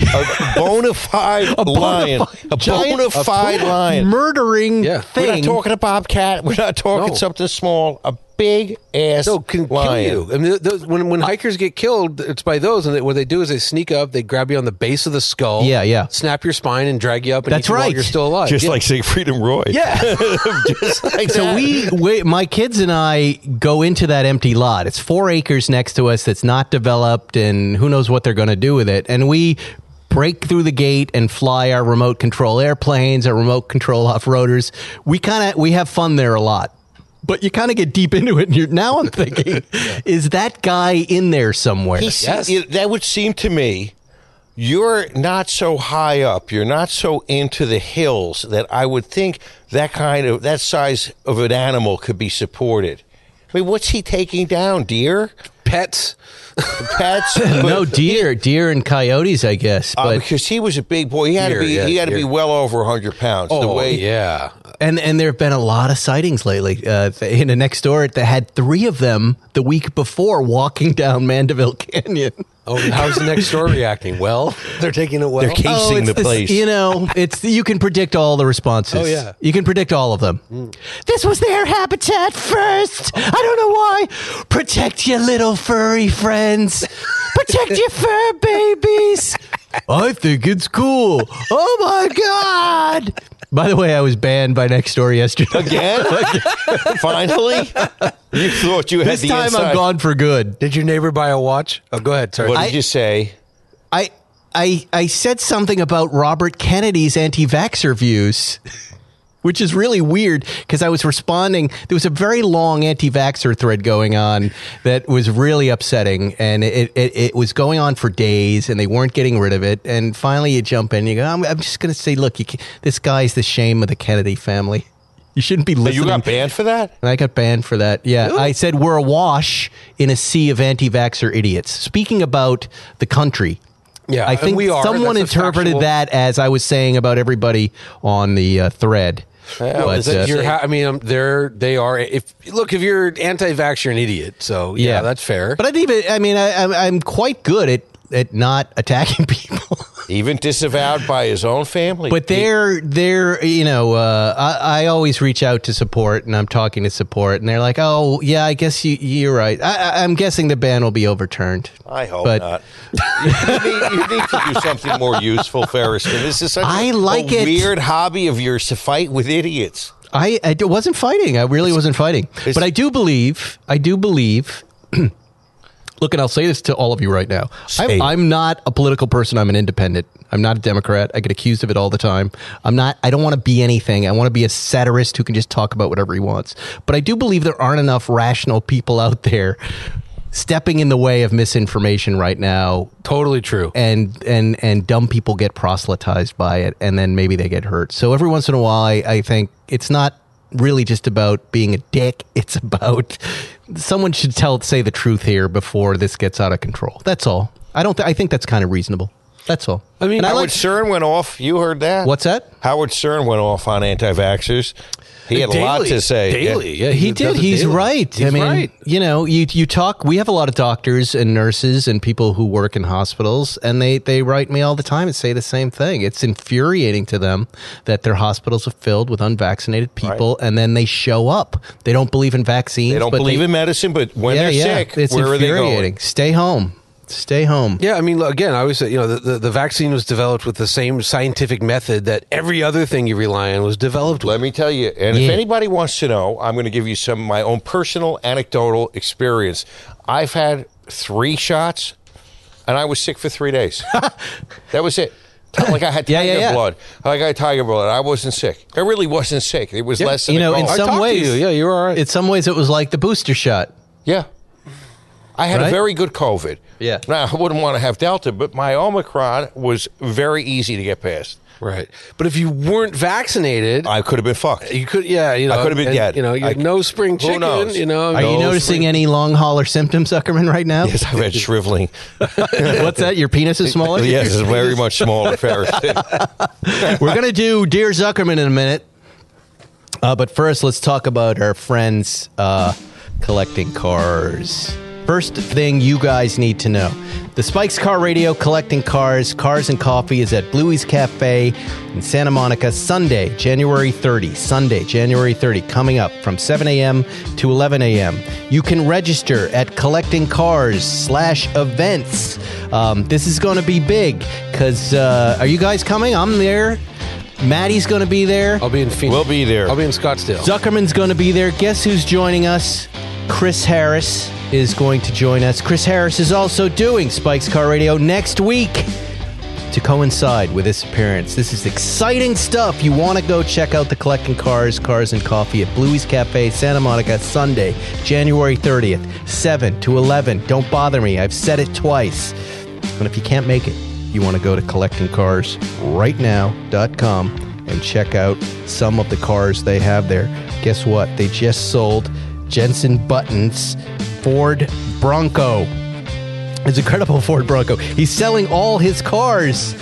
F: A bona fide
E: bona
F: lion.
E: fide
F: A
E: giant-
F: bona fide lion.
E: murdering
G: Yeah.
E: thing.
F: We're not talking a bobcat. We're not talking
G: No.
F: something small. A big ass
G: No, can
F: lion.
G: kill you. I mean, those, when when hikers get killed, it's by those, and they, what they do is they sneak up, they grab you on the base of the skull,
E: Yeah, yeah.
G: snap your spine and drag you up, and
E: That's
G: eat you while
E: right.
G: you're still alive,
F: Just
G: Yeah.
F: like Siegfried and Roy.
G: yeah.
F: Just like
E: so
F: that.
E: we, we my kids and i go into that empty lot it's four acres next to us that's not developed and who knows what they're going to do with it and we break through the gate and fly our remote control airplanes our remote control off-roaders we kind of we have fun there a lot but you kind of get deep into it and you're now i'm thinking is that guy in there somewhere
F: He se- it- that would seem to me you're not so high up. You're not so into the hills that I would think that kind of that size of an animal could be supported. I mean, what's he taking down? Deer,
G: pets.
F: pets?
E: no
F: But-
E: deer deer and coyotes i guess
F: Uh,
E: but
F: because he was a big boy. He had
G: Deer,
F: to be.
G: yeah,
F: he had to be
G: deer. Oh,
F: well over 100 pounds. the way
G: yeah,
E: And and there have been a lot of sightings lately. Uh, th- in the next door, they had three of them the week before walking down Mandeville Canyon.
G: Oh, and how's the next door reacting? Well, they're taking it well.
F: They're casing
E: Oh, it's
F: the
E: this-
F: place.
E: You know, it's you can predict all the responses.
G: Oh, yeah.
E: you can predict all of them. This was their habitat first. I don't know why. Protect your little furry friends. Protect your fur babies. I think it's cool. Oh my god. By the way, I was banned by next door yesterday.
F: Again? Finally? You thought you had
E: This
F: the
E: time
F: inside.
E: I'm gone for good.
G: Did your neighbor buy a watch? Oh, go ahead. Sorry.
F: What did
E: I-
F: you say?
E: I I I said something about Robert Kennedy's anti-vaxxer views. Which is really weird because I was responding. There was a very long anti-vaxxer thread going on that was really upsetting, and it, it, it was going on for days, and they weren't getting rid of it. And finally, you jump in, you go, "I'm, I'm just going to say, look, you can, this guy's the shame of the Kennedy family. You shouldn't be
F: You
E: listening."
F: got banned for that?
E: And I got banned for that. Yeah. I said we're awash in a sea of anti vaxxer idiots. Speaking about the country.
G: Yeah,
E: I
G: and
E: think
G: we are.
E: someone
G: That's a
E: interpreted
G: factual-
E: that as I was saying about everybody on the uh, thread. But,
F: is that
E: uh,
G: You're ha- I mean, um, they're they are. If look, if you're anti-vax, you're an idiot. So yeah, that's fair.
E: But I didn't even, I mean, I, I'm, I'm quite good at, at not attacking people.
F: Even disavowed by his own family.
E: But they're they're you know uh, I, I always reach out to support and I'm talking to support and they're like oh yeah I guess you you're right I, I, I'm guessing the ban will be overturned
F: I hope
E: but-
F: not. you, need, you need to do something more useful, Ferris. This is such a-
E: I like
F: a
E: it.
F: weird hobby of yours to fight with idiots.
E: I, I d- wasn't fighting. I really wasn't fighting. But I do believe, I do believe, look, and I'll say this to all of you right now. I'm, I'm not a political person. I'm an independent. I'm not a Democrat. I get accused of it all the time. I'm not, I don't want to be anything. I want to be a satirist who can just talk about whatever he wants. But I do believe there aren't enough rational people out there stepping in the way of misinformation right now
G: totally true.
E: and and and dumb people get proselytized by it and then maybe they get hurt so every once in a while i, I think it's not really just about being a dick it's about someone should tell say the truth here before this gets out of control that's all i don't th- i think that's kind of reasonable that's all
G: I mean,
E: and
G: I
E: i
F: Howard
E: like
F: Stern went off. You heard that?
E: what's that
F: Howard Stern went off on anti vaxxers. He had a lot
G: Daily.
F: to say. yeah.
G: Daily, yeah,
E: He
G: was
E: did.
G: Dr.
E: He's
G: Daily.
E: right.
G: He's
E: I mean,
G: right.
E: you know, you you talk. We have a lot of doctors and nurses and people who work in hospitals, and they they write me all the time and say the same thing. It's infuriating to them that their hospitals are filled with unvaccinated people, and then they show up. They don't believe in vaccines.
F: They don't
E: but
F: believe in medicine, but when they're sick,
E: it's
F: where are they
E: infuriating.
F: going?
E: Stay home. Stay home.
G: Yeah, I mean, look, again, I always say, you know, the, the, the vaccine was developed with the same scientific method that every other thing you rely on was developed with.
F: Let me tell you, and if
E: Yeah.
F: anybody wants to know, I'm going to give you some of my own personal anecdotal experience. I've had three shots, and I was sick for three days. that was it. Not Like I had
E: Yeah,
F: tiger
E: yeah, yeah.
F: blood. Like I had tiger blood. I wasn't sick. I really wasn't sick. It was less than
E: You
F: a
E: know, in
F: cold.
E: some
G: talked to
E: ways,
G: you. Yeah, you were all right.
E: In some ways, it was like the booster shot.
F: Yeah. I had a
E: Right?
F: very good COVID.
E: Yeah.
F: Now, I wouldn't want to have Delta, but my Omicron was very easy to get past.
G: Right. But if you weren't vaccinated,
F: I could have been fucked.
G: you could, yeah, you know,
F: I could have been
G: and,
F: dead.
G: You know, you
F: I-
G: had no spring
F: who
G: chicken.
F: knows?
G: You know,
E: Are you
G: no
E: noticing
G: spring-
E: any long hauler symptoms, Zuckerman, right now?
F: Yes, I've had shriveling.
E: What's that? Your penis is smaller?
F: yes, it's very much smaller, Ferris.
E: We're going to do Dear Zuckerman in a minute. Uh, but first, let's talk about our friends uh, collecting cars. First thing you guys need to know the Spikes Car Radio Collecting Cars, Cars and Coffee is at Bluey's Cafe in Santa Monica Sunday, January 30. Sunday, January 30, coming up from 7 a.m. to 11 a.m. You can register at collecting cars slash events. Um, this is going to be big because uh, are you guys coming? I'm there. Maddie's going to be there.
G: I'll be in Phoenix.
F: We'll be there.
G: I'll be in Scottsdale.
E: Zuckerman's going to be there. Guess who's joining us? Chris Harris is going to join us. Chris Harris is also doing Spike's Car Radio next week to coincide with his appearance. This is exciting stuff. You want to go check out the Collecting Cars, Cars and Coffee at Bluey's Cafe, Santa Monica, Sunday, January 30th, 7 to 11. Don't bother me. I've said it twice. And if you can't make it, you want to go to collectingcarsrightnow.com and check out some of the cars they have there. Guess what? They just sold Jensen Button's Ford Bronco. His incredible Ford Bronco. He's selling all his cars.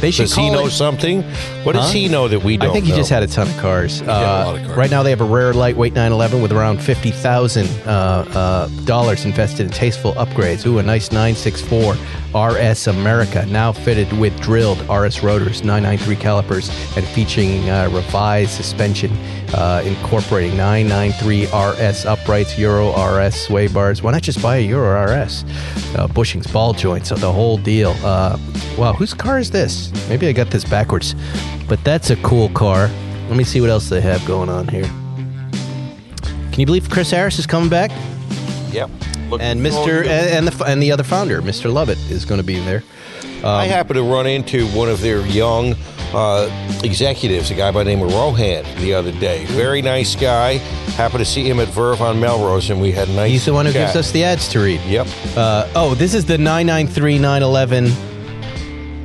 E: They should
F: Does
E: call
F: he know
E: it-
F: something? What does
E: Huh?
F: he know that we don't?
E: I think he
F: know?
E: just had a ton of cars.
G: had a lot of cars.
E: Uh, Right now, they have a rare lightweight 911 with around fifty thousand uh, uh, dollars invested in tasteful upgrades. Ooh, a nice 964 RS America, now fitted with drilled RS rotors, 993 calipers, and featuring uh, revised suspension, uh, incorporating 993 RS uprights, Euro RS sway bars. Why not just buy a Euro RS uh, bushings, ball joints, the whole deal? Uh, wow, whose car is this? Maybe I got this backwards, but that's a cool car. Let me see what else they have going on here. Can you believe Chris Harris is coming back?
F: Yeah. Look,
E: And
F: well,
E: Mr. And, and the f- and the other founder, Mr. Lovett, is going to be there.
F: I happened to run into one of their young uh, executives, a guy by the name of Rohan, the other day. Very nice guy. Happened to see him at Verve on Melrose, and we had a nice.
E: He's the one who
F: chat.
E: gives us the ads to read.
F: Yep.
E: Uh, oh, this is the 993 911.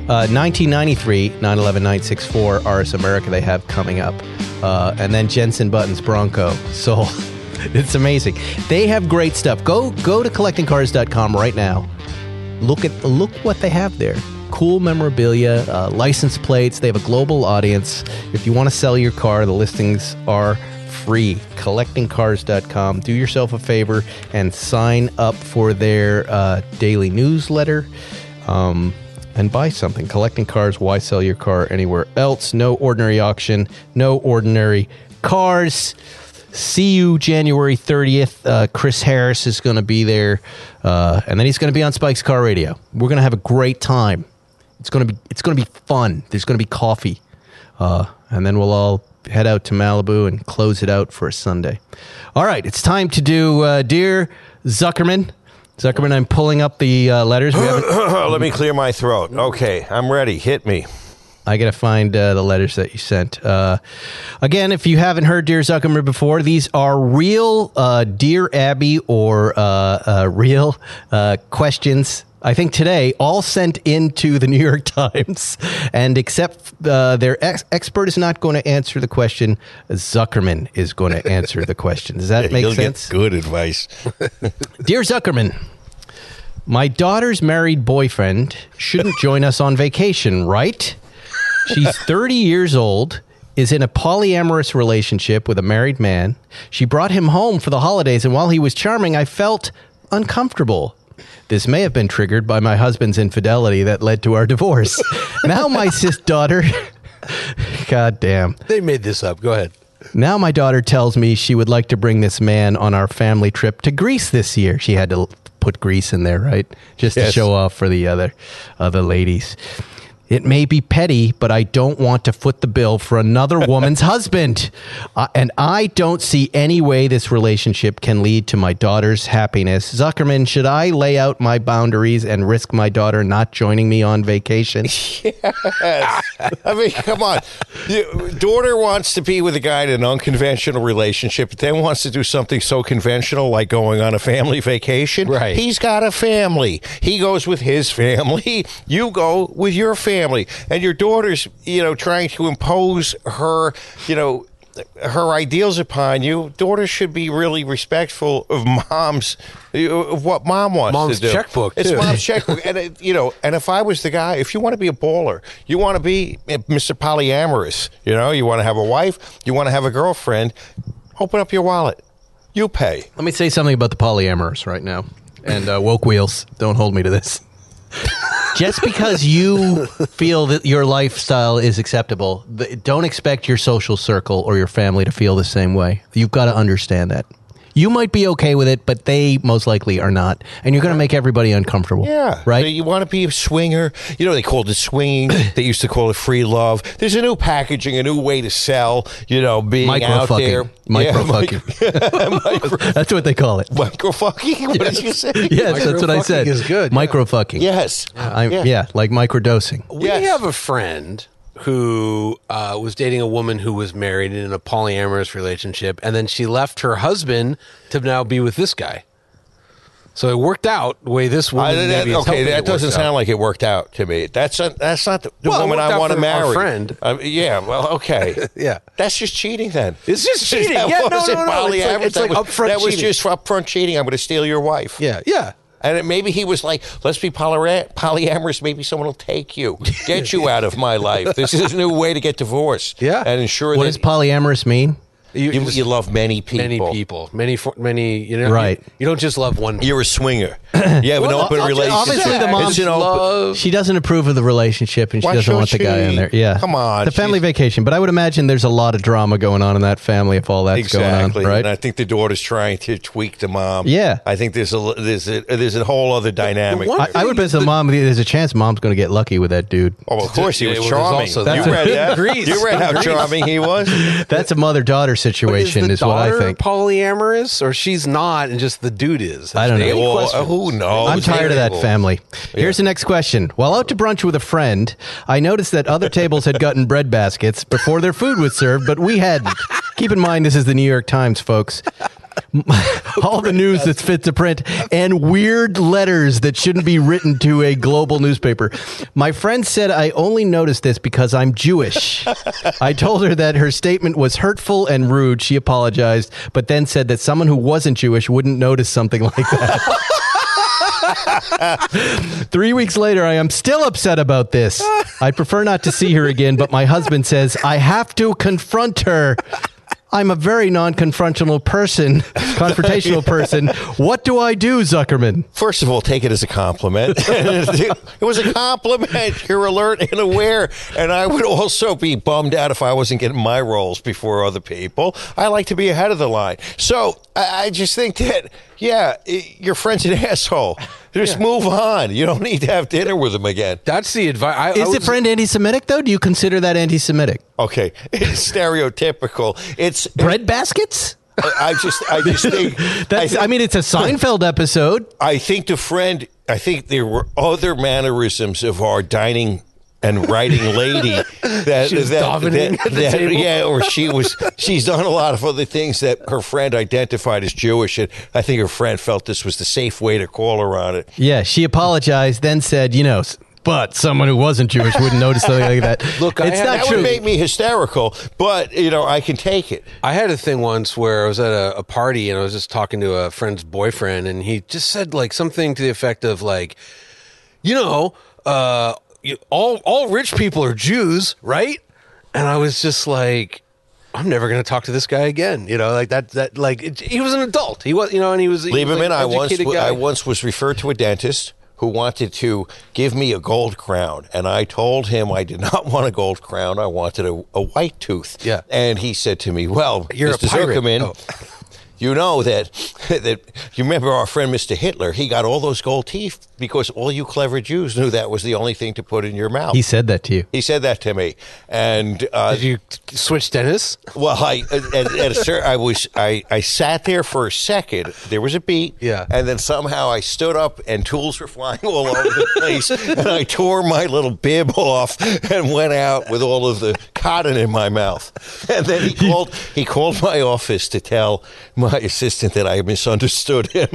E: Uh, 1993 911 964 RS America they have coming up. Uh, and then Jensen Button's Bronco. So it's amazing. They have great stuff. Go go to collectingcars.com right now. Look at look what they have there. Cool memorabilia, uh, license plates. They have a global audience. If you want to sell your car, the listings are free. Collectingcars.com. Do yourself a favor and sign up for their uh, daily newsletter. Um, and buy something. Collecting cars, why sell your car anywhere else? No ordinary auction, no ordinary cars. See you January 30th. Uh, Chris Harris is going to be there, uh, and then he's going to be on Spike's Car Radio. We're going to have a great time. It's going to be it's going to be fun. There's going to be coffee, uh, and then we'll all head out to Malibu and close it out for a Sunday. All right, it's time to do uh, dear Zuckerman. Zuckerman, I'm pulling up the uh, letters. We haven't,
F: Let me clear my throat. Okay, I'm ready. Hit me.
E: I got to find uh, the letters that you sent. Uh, again, if you haven't heard Dear Zuckerman before, these are real uh, Dear Abby or uh, uh, real uh, questions. I think today, all sent into the New York Times. And except uh, their ex- expert is not going to answer the question, Zuckerman is going to answer the question. Does that make
F: You'll
E: sense?
F: get good advice.
E: Dear Zuckerman, my daughter's married boyfriend shouldn't join us on vacation, right? She's 30 years old, is in a polyamorous relationship with a married man. She brought him home for the holidays, and while he was charming, I felt uncomfortable. This may have been triggered by my husband's infidelity that led to our divorce. now my sis daughter, God damn.
G: They made this up. Go ahead.
E: Now my daughter tells me she would like to bring this man on our family trip to Greece this year. She had to l- put Greece in there, right? Just to
F: Yes.
E: show off for the other other ladies. It may be petty, but I don't want to foot the bill for another woman's husband. Uh, and I don't see any way this relationship can lead to my daughter's happiness. Zuckerman, should I lay out my boundaries and risk my daughter not joining me on vacation?
F: I mean, come on. You- daughter wants to be with a guy in an unconventional relationship, but then wants to do something so conventional like going on a family vacation.
G: Right.
F: He's got a family. He goes with his family. You go with your family. And your daughter's, you know, trying to impose her, you know, her ideals upon you. Daughter should be really respectful of mom's, of what mom wants
G: Mom's
F: to do.
G: checkbook,
F: It's
G: too.
F: mom's checkbook. And it, you know, and if I was the guy, if you want to be a baller, you want to be eh, Mr. Polyamorous. You know, you want to have a wife, you want to have a girlfriend. Open up your wallet. You pay.
E: Let me say something about the polyamorous right now. And uh, woke wheels, don't hold me to this. Just because you feel that your lifestyle is acceptable, th- don't expect your social circle or your family to feel the same way. You've got to understand that. You might be okay with it, but they most likely are not. And you're going to make everybody uncomfortable.
F: Yeah.
E: Right?
F: So You want to be a swinger. You know, they called it swinging. they used to call it free love. There's a new packaging, a new way to sell, you know, being out
E: Microfucking.
F: there.
E: Microfucking. That's what they call it.
F: Yeah, micro fucking. What did you say?
E: Yes, that's what I said.
G: Microfucking is good, yeah.
E: Microfucking.
F: Yes.
E: I, yeah. like microdosing.
G: We
F: Yes.
G: have a friend who uh, was dating a woman who was married and in a polyamorous relationship, and then she left her husband to now be with this guy. So it worked out the way this woman.
F: I, that,
G: maybe is
F: okay,
G: hoping
F: that
G: it works
F: doesn't
G: out.
F: sound like it worked out to me. That's not, that's not the, the
G: Well, it
F: woman
G: worked
F: I
G: out
F: want to
G: for our
F: marry.
G: friend.
F: I mean, yeah. Well, okay.
G: Yeah.
F: That's just cheating then.
G: It's just cheating.
F: That
G: Yeah, no,
F: wasn't
G: no, no, it's like-
F: polyamorous.
G: it's like
F: that was,
G: upfront
F: That was
G: cheating.
F: just upfront cheating. I'm going to steal your wife.
G: Yeah, yeah.
F: And it, maybe he was like, let's be poly- polyamorous. Maybe someone will take you, get you out of my life. This is a new way to get divorced.
G: Yeah.
F: And ensure
E: What
F: that
E: does polyamorous mean?
G: You,
F: you,
G: just-
F: you love many people.
G: many people, many, for- many. You know,
E: Right.
G: You, you don't just love one.
F: You're a swinger. You have an open relationship.
E: obviously the mom's
F: It's an open-
E: She doesn't approve of the relationship, and she
F: Why
E: doesn't
F: should
E: want the guy
F: she?
E: in there. Yeah,
F: Come on,
E: the family
F: she's-
E: vacation. But I would imagine there's a lot of drama going on in that family if all that's
F: Exactly,
E: going on, right?
F: and I think the daughter's trying to tweak the mom.
E: Yeah.
F: I think there's a there's a, there's a whole other dynamic.
G: one-
E: I, I would bet the mom. There's a chance mom's going to get lucky with that dude.
F: oh, of course he
G: Yeah,
F: was
G: well, there's
F: charming.
G: also
F: You
G: that.
F: read that?
G: Grease.
F: You read how
G: Grease.
F: charming he was.
E: That's a mother daughter situation,
G: the
E: is, what I
G: daughter
E: think.
G: Polyamorous, or she's not, and just the dude is.
E: I don't know.
F: They all-
G: questions.
F: who knows?
E: I'm tired of that
F: Terrible.
E: family. Here's the next question. While out to brunch with a friend, I noticed that other tables had gotten bread baskets before their food was served, but we hadn't. Keep in mind, this is the New York Times, folks. All the news that's fit to print and weird letters that shouldn't be written to a global newspaper. My friend said I only noticed this because I'm Jewish. I told her that her statement was hurtful and rude. She apologized, but then said that someone who wasn't Jewish wouldn't notice something like that. Three weeks later, I am still upset about this. I prefer not to see her again, but my husband says I have to confront her. I'm a very non-confrontational person, confrontational person. What do I do, Zuckerman?
F: First of all, take it as a compliment. it was a compliment. You're alert and aware. And I would also be bummed out if I wasn't getting my roles before other people. I like to be ahead of the line. So I, I just think that, yeah, i- your friend's an asshole. Just move on. You don't need to have dinner with him again.
G: That's the advice. I, I
E: Is it
G: was-
E: friend anti-Semitic though? Do you consider that anti-Semitic?
F: Okay. It's stereotypical. It's,
E: Bread baskets?
F: I I just, I just think.
E: That's. I mean, it's a Seinfeld episode.
F: I think the friend. I think there were other mannerisms of our dining and writing lady that
G: She was
F: that,
G: dominating
F: that-
G: at the
F: that-
G: table.
F: yeah, or she was. She's done a lot of other things that her friend identified as Jewish, and I think her friend felt this was the safe way to call her on it.
E: Yeah, she apologized, then said, you know, s- but someone who wasn't Jewish wouldn't notice something like that.
G: Look, I
E: it's
G: had-
E: not
F: That
E: true.
F: would make me hysterical, but you know I can take it.
G: I had a thing once where I was at a, a party and I was just talking to a friend's boyfriend, and he just said like something to the effect of like, you know, uh, you, all all rich people are Jews, right? and I was just like, I'm never going to talk to this guy again. You know, like that. That like it, he was an adult. He was, you know, and he was. he was,
F: Lieberman,
G: like,
F: I
G: an
F: once
G: educated
F: w-
G: guy.
F: I once was referred to a dentist who wanted to give me a gold crown, and I told him I did not want a gold crown. I wanted a, a white tooth.
G: Yeah.
F: and he said to me, "Well,
G: You're a
F: Mr.
G: pirate."
F: Zuckerman."
G: Oh.
F: You know that that you remember our friend Mr. Hitler. He got all those gold teeth because all you clever Jews knew that was the only thing to put in your mouth.
E: He said that to you.
F: he said that to me, and uh,
G: Did you t- switch dentists?
F: well, I at, at a cer- I was I, I sat there for a second. There was a beat,
G: Yeah.
F: and then somehow I stood up, and tools were flying all over the place, and I tore my little bib off and went out with all of the cotton in my mouth. And then he called he called my office to tell my assistant that I misunderstood him.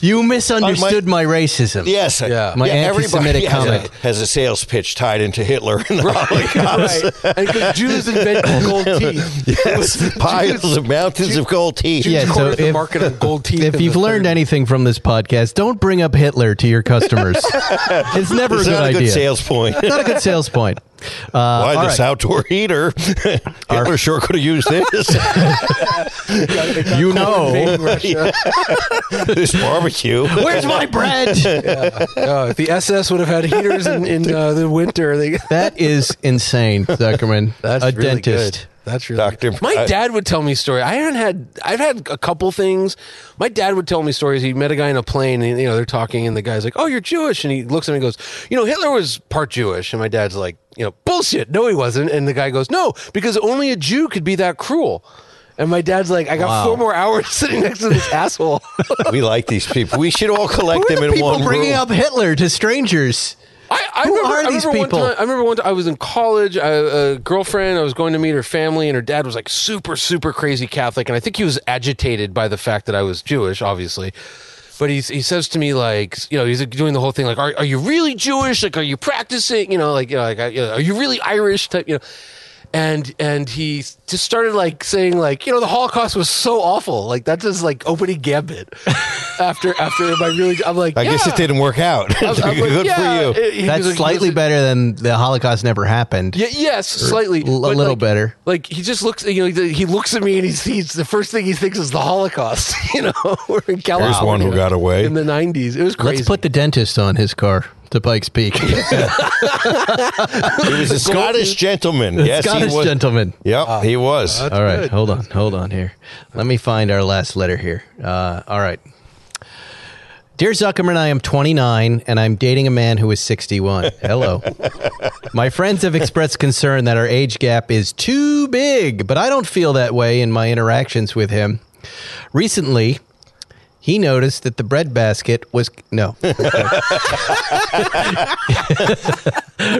E: You misunderstood my, racism.
F: yes,
G: Yeah.
E: My
F: everybody
E: anti-Semitic
F: has a-
E: comment.
F: has a sales pitch tied into Hitler and the Holocaust.
G: And 'cause Jews invented gold teeth.
F: Yes, piles of mountains of gold teeth.
E: Yeah, so
G: cornered the
E: if-
G: market on gold teeth.
E: If
G: in
E: you've
G: the
E: learned
G: 30s.
E: anything from this podcast, don't bring up Hitler to your customers. it's never
F: It's
E: a good
F: not a
E: idea.
F: good sales point.
E: Not a good sales point. Uh, all
F: Why
E: right.
F: this outdoor heater? Hitler sure could have used this.
E: you know,
F: this barbecue.
E: where's my bread?
G: Uh, if the SS would have had heaters in, in uh, the winter, they.
E: That is insane, Zuckerman. a
G: really
E: dentist.
G: good. That's really
F: Dr.
G: Good. My
F: I-
G: dad would tell me story. I haven't had. I've had a couple things. My dad would tell me stories. He met a guy in a plane, and you know they're talking, and the guy's like, "Oh, you're Jewish," and he looks at me and goes, "You know, Hitler was part Jewish," and my dad's like, "You know, bullshit. No, he wasn't." And the guy goes, "No, because only a Jew could be that cruel." And my dad's like, "I got four more hours sitting next to this asshole."
F: we like these people. We should all collect
E: Who
F: them
E: are the
F: in
E: people
F: one
E: bringing
F: room.
E: up Hitler to strangers?
G: I, I
E: Who
G: remember,
E: are
G: I
E: these
G: remember
E: people?
G: One time, I remember one time I was in college. I, a girlfriend, I was going to meet her family, and her dad was like super, super crazy Catholic, and I think he was agitated by the fact that I was Jewish, obviously. But he's, he says to me like, you know, he's like, doing the whole thing like, are, are you really Jewish? Like, are you practicing? You know, like, you know, like, you know, are you really Irish? Type, you know. And and he just started like saying like, you know, the Holocaust was so awful. Like that's his like opening gambit. after after am I really? I'm like,
F: I guess it
G: yeah.
F: didn't work out.
G: I'm like,
F: Good
G: yeah.
F: for you.
G: He was
E: That's
G: like- he
E: slightly
G: was-
E: better than the Holocaust never happened.
G: Yeah, yes, slightly.
E: l- a
G: but,
E: little
G: like-
E: better.
G: Like he just looks, you know, he- he looks at me and he's, he's the first thing he thinks is the Holocaust. You know, we're in California.
F: one who got away.
G: in the nineties. It was crazy.
E: Let's put the dentist on his car to Pikes Peak.
F: He was a Scottish gentleman. Yes,
E: Scottish Uh,
F: he was.
E: gentleman.
F: Yep, he was.
E: all right, hold on, hold on here. Let me find our last letter here. Uh, all right. Dear Zuckerman, I am 29 and I'm dating a man who is 61. Hello. my friends have expressed concern that our age gap is too big, but I don't feel that way in my interactions with him. Recently, he noticed that the breadbasket was no.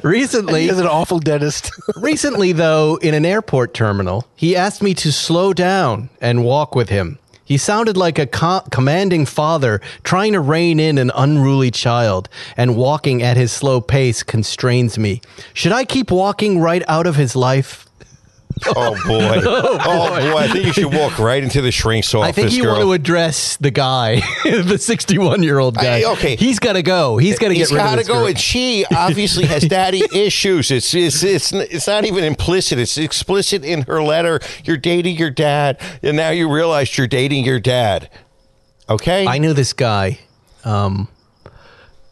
E: Recently,
G: He's an awful dentist.
E: Recently, though, in an airport terminal, he asked me to slow down and walk with him. He sounded like a co- commanding father trying to rein in an unruly child, and walking at his slow pace constrains me. Should I keep walking right out of his life?
F: Oh boy. Oh boy. I think you should walk right into the shrink's office,
E: I think you
F: girl.
E: want to address the guy, the 61 year old guy.
F: I- okay.
E: He's got to go. He's got to get
F: He's
E: rid of
F: got to
E: this
F: go,
E: girl.
F: and she obviously has daddy issues. It's it's it's n- it's not even implicit. It's explicit in her letter. You're dating your dad, and now you realize you're dating your dad. Okay,
E: I knew this guy, um,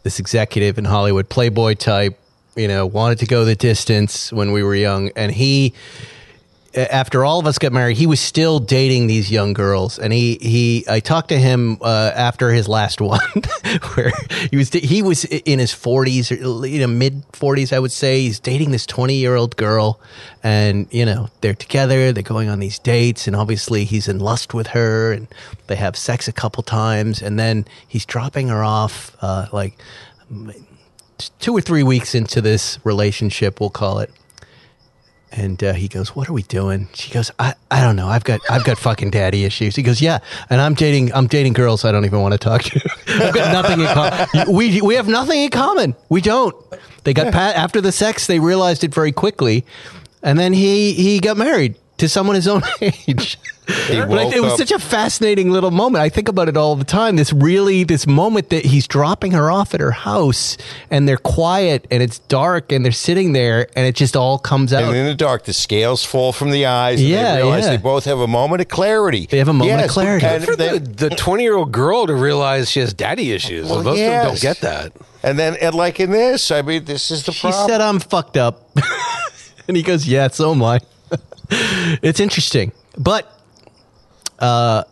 E: this executive in Hollywood, playboy type, you know, wanted to go the distance when we were young. And he, a- after all of us got married, he was still dating these young girls. And he, he, I talked to him uh, after his last one, where he was, he was in his forties, you know, mid forties, I would say. He's dating this twenty year old girl, and you know, they're together. They're going on these dates, and obviously, he's in lust with her, and they have sex a couple times, and then he's dropping her off, uh, like two or three weeks into this relationship, we'll call it. And uh, he goes, "What are we doing?" She goes, "I, I don't know. I've got I've got fucking daddy issues." He goes, "Yeah, and I'm dating I'm dating girls I don't even want to talk to. I've got nothing in common. We we have nothing in common. We don't." They got pat after the sex. They realized it very quickly, and then he he got married. to to someone his own age.
F: He
E: But I-
F: woke
E: it was
F: up-
E: such a fascinating little moment. I think about it all the time. This really, this moment that he's dropping her off at her house, and they're quiet, and it's dark, and they're sitting there, and it just all comes out.
F: And in the dark, the scales fall from the eyes. and
E: Yeah,
F: they realize
E: yeah.
F: they both have a moment of clarity.
E: They have a moment of clarity.
F: And,
G: for
F: then,
G: the twenty-year-old girl to realize she has daddy issues.
F: Well,
G: Most of them don't
F: yes.
G: get that.
F: and then, and like in this, I mean, this is the
E: she
F: problem.
E: said, "I'm fucked up," and he goes, "Yeah, so am I." it's interesting, but uh,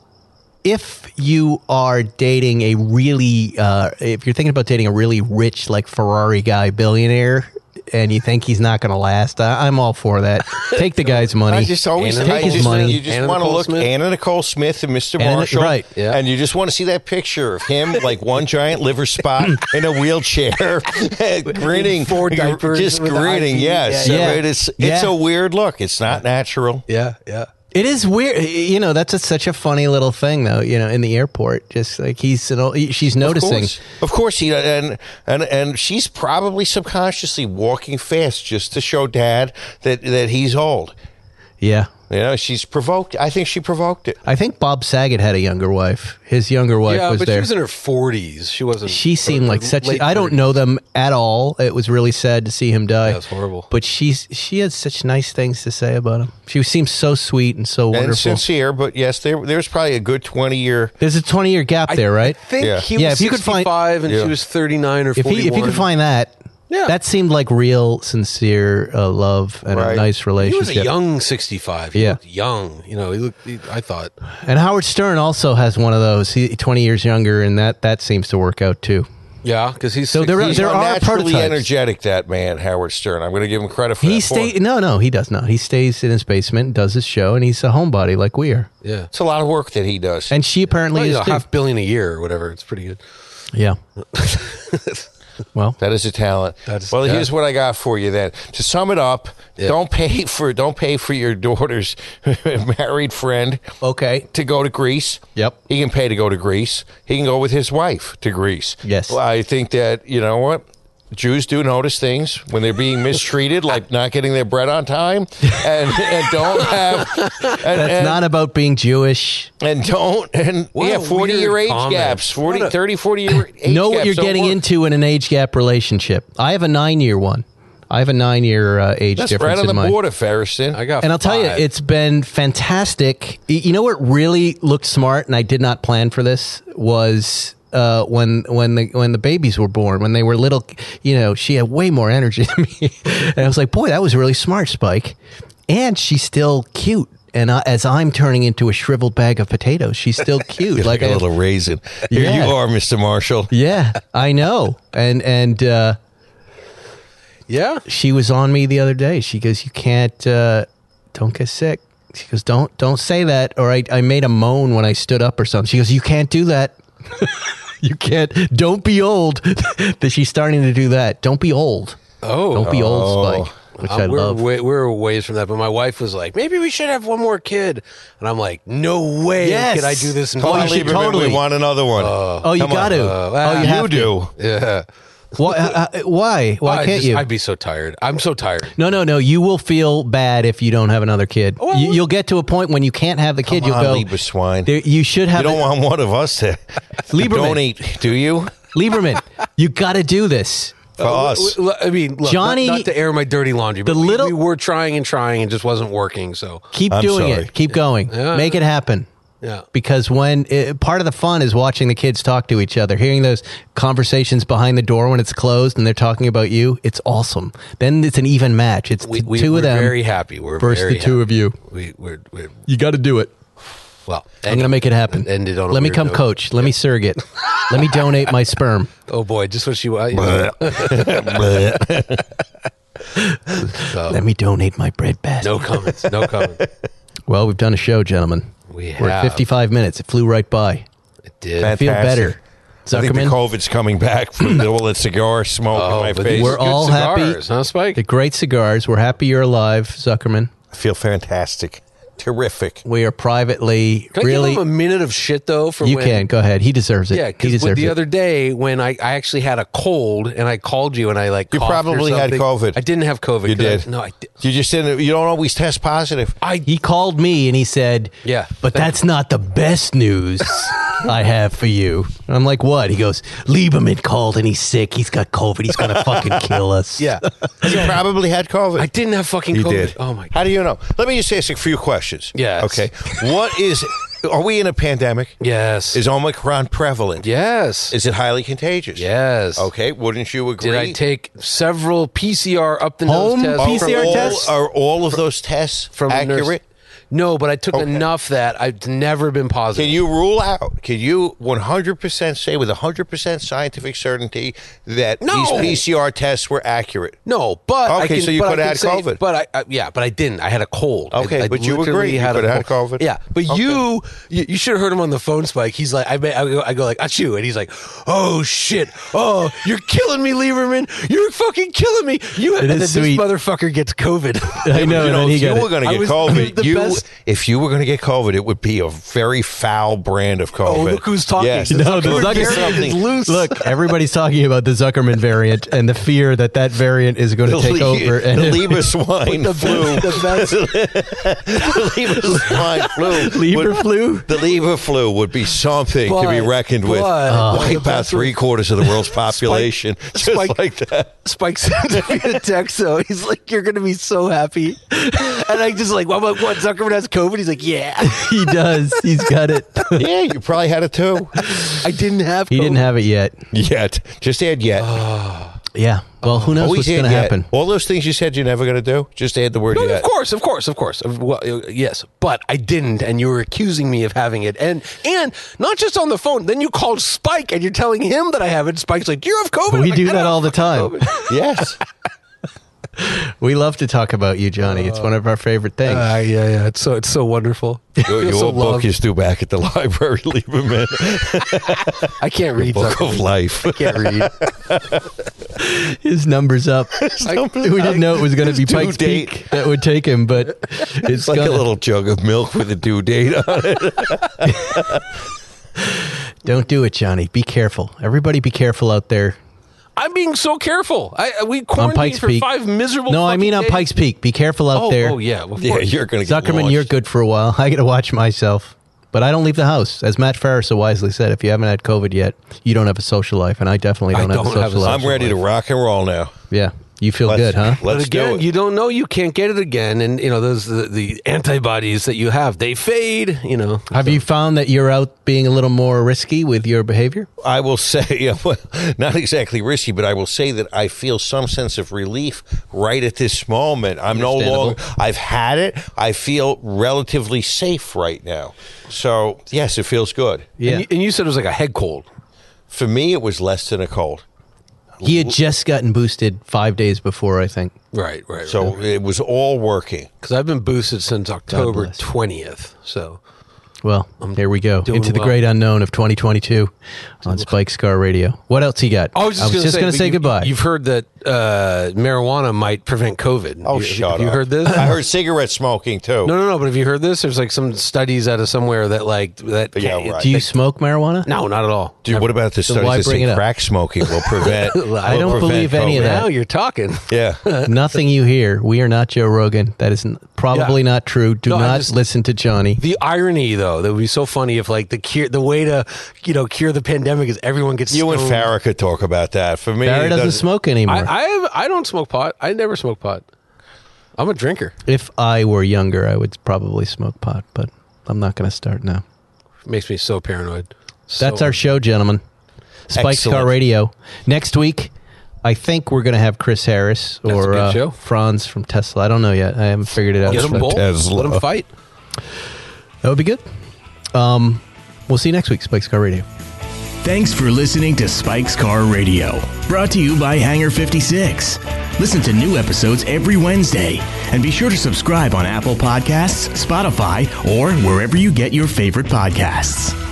E: if you are dating a really, uh, if you're thinking about dating a really rich, like Ferrari guy, billionaire, and you think he's not going to last, I, I'm all for that. Take the guy's money.
F: I just always
G: Anna
F: I
E: take
G: Nicole
E: his
F: just,
E: money.
F: You just
G: Anna
F: want to
G: Nicole
F: look
G: Smith.
F: Anna Nicole Smith and Mr.
E: Anna-
F: Marshall,
E: right,
G: yeah.
F: And you just want to see that picture of him, like one giant liver spot in a wheelchair, grinning,
G: Four diapers
F: just
G: with the E,
F: grinning.
G: IV,
F: Yes,
E: yeah, yeah.
F: So it is. It's
E: Yeah.
F: a weird look. It's not natural.
G: Yeah, yeah.
E: It is weird, you know. That's a, such a funny little thing, though. You know, in the airport, just like he's, an old, she's
F: Of
E: noticing.
F: course, of course he and and and she's probably subconsciously walking fast just to show dad that that he's old.
E: Yeah,
F: You know, she's provoked. I think she provoked it.
E: I think Bob Saget had a younger wife. His younger wife
G: yeah,
E: was
G: but
E: there.
G: she was in her forties. She wasn't.
E: She seemed
G: or-
E: like
G: or
E: such.
G: late
E: A, I don't know
G: 30s.
E: them at all. It was really sad to see him die.
G: it was horrible.
E: But she's she had such nice things to say about him. She seems so sweet and so
F: And
E: wonderful.
F: sincere, but yes, there there's probably a good twenty year.
E: There's a 20 year gap there, right?
G: I think
F: Yeah.
G: he
E: Yeah,
G: was
E: if you could find-
G: 65 and
F: Yeah.
G: she was 39 or
E: if
G: 41.
E: he, if you could find that,
G: Yeah.
E: that seemed like real sincere uh, love and a
F: Right.
E: nice
G: he
E: relationship.
G: was a young 65. He
E: Yeah.
G: looked young. You know, he looked, he, I thought.
E: and Howard Stern also has one of those. He 20 years younger, and that that seems to work out too.
G: Yeah, because he's.
E: So there-
G: 60.
E: there are
F: naturally
E: prototypes.
F: energetic. That man, Howard Stern. I'm going to give him credit for
E: He
F: that.
E: stay
F: Boy,
E: no no he does not. He stays in his basement, does his show, and he's a homebody like we are.
G: Yeah.
F: It's a lot of work that he does.
E: And she apparently
G: Well, you
E: is
G: know,
E: too.
G: half billion a year or whatever. It's pretty good.
E: Yeah. well,
F: That is a talent.
G: That is-
F: well,
G: yeah.
F: here's what I got for you then. To sum it up,
G: Yeah.
F: don't pay for don't pay for your daughter's married friend
E: okay.
F: to go to Greece.
E: Yep.
F: He can pay to go to Greece. He can go with his wife to Greece.
E: Yes.
F: Well, I think that, you know what? Jews do notice things when they're being mistreated, like not getting their bread on time, and, and don't have and,
E: That's
F: and,
E: not about being Jewish.
F: and don't and
G: What
F: yeah,
G: a
F: forty year
G: weird
F: age
G: comment.
F: gaps, 40,
G: What a-
F: 30, 40 year age
E: know what
F: gaps
E: you're
F: don't
E: getting
F: work.
E: into in an age gap relationship. I have a nine year one. I have a nine year uh, age
F: That's
E: difference
F: right on
E: in
F: the
E: mine.
F: border, Ferriston.
G: I got
E: And I'll tell
G: five.
E: you, it's been fantastic. Y- You know what really looked smart, and I did not plan for this was. Uh, when when the when the babies were born, when they were little, you know, she had way more energy than me, and I was like, "Boy, that was really smart, Spike." And she's still cute, and I, as I'm turning into a shriveled bag of potatoes, she's still cute.
F: You're like,
E: I-
F: a little raisin. Here
E: Yeah.
F: you are, Mr. Marshall.
E: Yeah, I know. And and uh,
G: Yeah.
E: she was on me the other day. She goes, "You can't, uh, don't get sick." She goes, "Don't don't say that." Or I I made a moan when I stood up or something. She goes, "You can't do that." You can't. Don't be old. that she's starting to do that. Don't be old.
G: Oh.
E: Don't be old, Spike. Which
G: Uh,
E: I
G: we're,
E: love.
G: Way, we're a ways from that, but my wife was like, "Maybe we should have one more kid," and I'm like, "No way!
E: Yes.
G: Can I do this?" in
E: Oh, you
G: five
E: should
G: years?"
E: totally-
F: We want another one.
E: oh, you
F: Come on.
E: got to.
G: Uh,
E: oh, you,
G: you
E: have to.
F: do.
G: Yeah.
E: Why? uh, uh, why? Why
G: I
E: can't
G: just-
E: you?
G: I'd be so tired. I'm so tired.
E: No, no, no. You will feel bad if you don't have another kid. you, you'll get to a point when you can't have the kid.
F: Come
E: you'll
F: on,
E: go.
F: Lieber swine.
E: There, you should
F: You
E: have.
F: don't
E: a-
F: want one of us to, to
E: Lieberman.
F: donate, do you?
E: Lieberman, you got to do this.
F: For us.
G: Uh, L- l- I mean, look,
E: Johnny-
G: Johnny, not, to air my dirty laundry, but
E: The
G: we-
E: little-
G: we were trying and trying and just wasn't working. So
E: Keep
F: I'm
E: doing
F: sorry.
E: it. Keep going.
G: Yeah.
E: Make it happen.
G: yeah,
E: Because when it, part of the fun is watching the kids talk to each other, hearing those conversations behind the door when it's closed and they're talking about you, it's awesome. Then it's an even match. It's
G: we,
E: t-
G: we
E: two
G: we're
E: of them
G: very happy. We're
E: versus
G: very
E: the two
G: happy.
E: of you.
G: We, we're, we're
E: You got to do it.
G: well.
E: I'm gonna make it happen.
G: Ended on. a
E: Let me
G: weird
E: come
G: note.
E: coach. Let me surrogate. Let me donate my sperm.
G: Oh boy, just what she was.
F: Bleh.
E: Let me donate my bread basket.
G: no comments. No comments.
E: Well, we've done a show, gentlemen.
G: We
E: We're at
G: have.
E: 55 minutes. It flew right by.
G: It did.
E: I feel
F: Fantastic.
E: better.
F: I think the
E: Zuckerman.
F: COVID's coming back from the- all that cigar smoke in my
G: but these
F: face.
E: we're
G: are good
E: all happy.
G: cigars, huh, Spike?
E: The great cigars. We're happy you're alive, Zuckerman.
F: I feel fantastic. terrific.
E: We are privately
G: Can I
E: really.
G: give him a minute of shit though? From
E: you
G: when,
E: can go ahead. He deserves it.
G: Yeah,
E: he
G: because
E: deserves
G: the
E: it.
G: other day when I, I actually had a cold and I called you and I like
F: You
G: coughed or
F: probably had
G: something.
F: COVID.
G: I didn't have COVID.
F: You
G: 'cause I-
F: did.
G: no, I did.
F: You just didn't. You don't always test positive.
E: he called me and he said,
G: Yeah,
E: but
G: thank
E: that's not the best news I have for you." And I'm like, "What?" He goes, "Lieberman called and he's sick. He's got COVID. He's gonna fucking kill us."
G: Yeah,
F: You probably had COVID.
G: I didn't have fucking
F: You
G: COVID.
F: did.
G: Oh my god.
F: How do you know? Let me just ask a few questions.
G: Yes.
F: Okay. What is? Are we in a pandemic?
G: Yes.
F: Is Omicron prevalent?
G: yes.
F: Is it highly contagious?
G: yes.
F: Okay. Wouldn't you agree?
G: Did I take several PCR up the
E: Home
G: nose tests?
F: Are
G: from-
E: PCR
F: all,
E: tests?
F: Are all of those tests
G: from a nurse?
F: accurate?
G: No, but I took
F: Okay.
G: enough that I've never been positive.
F: Can you rule out? Can you 100% say with 100% scientific certainty that
G: No.
F: these PCR tests were accurate?
G: No, but I
F: Okay,
G: can-
F: so you
G: but I
F: could
G: can
F: add
G: say-
F: COVID.
G: But I, I yeah, but I didn't. I had a cold. I-
F: Okay,
G: I
F: but you
G: literally
F: agree. You
G: had a
F: could have had
G: cold.
F: COVID.
G: Yeah, but
F: Okay.
G: you, you you should have heard him on the phone, Spike. He's like, I bet I go, I go like, achoo, and he's like, oh shit, oh you're killing me, Lieberman, you're fucking killing me. You and
E: is
G: then
E: sweet.
G: this motherfucker gets COVID.
E: I know.
F: you
E: and
F: know,
E: then he
F: if you
E: got it.
F: were going to
G: I
F: get
G: was-
F: COVID,
G: the
F: you
G: best-
F: if you were going to get COVID, it would be a very foul brand of COVID.
G: Oh, look who's talking.
F: Yes.
E: No, the
F: Look,
E: Zucker-
F: there's something.
G: loose.
E: Look, everybody's talking about the Zuckerman variant and the fear that that variant is going to
F: The
E: take
F: Le-
E: over. And
F: the Lieber swine
G: The
F: flu.
G: best, the best.
F: the Lieber swine flu.
E: Lieber
F: would-
E: flu?
F: The Lieber flu would be something to be
G: But-
F: reckoned with.
G: but-
F: Wipe
G: the
F: out
G: best-
F: three quarters of the world's population, just
G: Spike-
F: like that.
G: Spike sends me a text though. He's like, "You're gonna be so happy," and I just like, "What? What? Zuckerman has COVID?" He's like, "Yeah,
E: he does. He's got it.
F: Yeah, you probably had it too.
G: I didn't have."
E: He
G: COVID.
E: didn't have it yet.
F: Yet, just add yet.
E: Yeah. Well, who knows
F: Always
E: what's
F: add
E: going to
F: yet.
E: happen?
F: All those things you said you're never going to do. Just add the word
G: No,
F: yet.
G: of course, of course, of course. Of- Well, uh, yes, but I didn't, and you were accusing me of having it, and and not just on the phone. Then you called Spike, and you're telling him that I have it. Spike's like, "You have COVID." I'm
E: We
G: like,
E: do
G: "I
E: that
G: don't
E: all the time.
G: have COVID."
F: Yes.
G: Uh,
E: We love to talk about you, Johnny. It's one of our favorite things.
F: Uh,
G: Ah, yeah, yeah. It's so it's so wonderful.
F: Your,
G: Feel
F: your
G: so
F: old book
G: loved.
F: is due back at the library, Lieberman.
G: I can't read.
F: book of
G: Zuckerman.
F: life.
G: I can't read.
E: His numbers up.
F: numbers
E: we didn't know it was going to
F: His
E: be
F: due
E: Pike's
F: date.
E: Peak that would take him, but it's,
F: It's like
E: gonna-
F: a little jug of milk with a due date on it.
E: Don't do it, Johnny. Be careful. Everybody, be careful out there
G: I'm being so careful. I I- we
E: on
G: quarantined
E: Pike's
G: for
E: Peak.
G: five miserable.
E: No, I mean
G: fucking
E: on
G: days.
E: Pike's Peak. Be careful out
G: Oh,
E: there.
G: oh yeah. Well, of
F: Yeah,
G: course.
F: you're going to get
E: Zuckerman,
F: launched.
E: you're good for a while. I got to watch myself, but I don't leave the house. As Matt Farris so wisely said, if you haven't had COVID yet, you don't have a social life, and I definitely
G: I
E: don't, have,
G: don't
E: a
G: have a
E: social life.
F: I'm ready to rock and roll now.
E: yeah, you feel
F: Let's-
E: good, huh?
F: Let's
G: but again,
F: do it.
G: you don't know. You can't get it again, and you know those the, the antibodies that you have they fade. You know,
E: Have you found that you're out being a little more risky with your behavior?
F: I will say, yeah, well, not exactly risky, but I will say that I feel some sense of relief right at this moment. I'm no
E: Understandable.
F: longer, I've had it. I feel relatively safe right now. So, yes, it feels good.
E: Yeah.
G: And you, and you said it was like a head cold.
F: For me, it was less than a cold.
E: He had just gotten boosted five days before, I think.
G: Right, right. So
F: So it was all working.
G: because I've been boosted since October
E: bless.
G: twentieth. So
E: Well, here we go
G: doing
E: into the
G: well.
E: great unknown of 2022 on Spike Scar Radio. What else he got?
G: I was just going to
E: gonna say goodbye.
G: You've heard that uh, marijuana might prevent COVID.
F: Oh,
G: you,
F: shut up.
G: have You heard this?
F: I heard cigarette smoking too.
G: No, no, no. But have you heard this? There's like some studies out of somewhere that like that.
F: Yeah,
G: can't-
F: right.
E: Do you smoke marijuana?
G: No, not at all.
F: Dude, what about the studies
E: why
F: that
E: bring it
F: say
E: up?
F: crack smoking will prevent?
E: I
F: will
E: don't
F: prevent
E: believe any of
F: COVID?
E: that.
G: Now you're talking.
F: Yeah.
E: Nothing you hear. We are not Joe Rogan. That is n- probably not true. Do
G: No, I'm
E: not
G: just-
E: listen to Johnny.
G: The irony, though, that would be so funny if like the cure, the way to you know cure the pandemic is everyone gets
F: You and
G: stoned.
F: Farah could talk about that. For me,
E: Barry
F: it
E: doesn't smoke anymore.
G: I I, have, I don't smoke pot. I never smoke pot. I'm a drinker.
E: if I were younger, I would probably smoke pot, but I'm not going to start now.
G: makes me so paranoid. So-
E: That's our show, gentlemen. Spike's Car
F: Excellent.
E: Radio. Next week, I think we're going to have Chris Harris
G: a
E: or
G: good
E: uh,
G: show.
E: Franz from Tesla. I don't know yet. I haven't figured it out.
G: Get 'em
E: yet.
G: both.
F: Tesla.
G: Let them fight.
E: That would be good. Um, we'll see you next week, Spike's Car Radio.
D: Thanks for listening to Spike's Car Radio, brought to you by Hangar 56. Listen to new episodes every Wednesday, and be sure to subscribe on Apple Podcasts, Spotify, or wherever you get your favorite podcasts.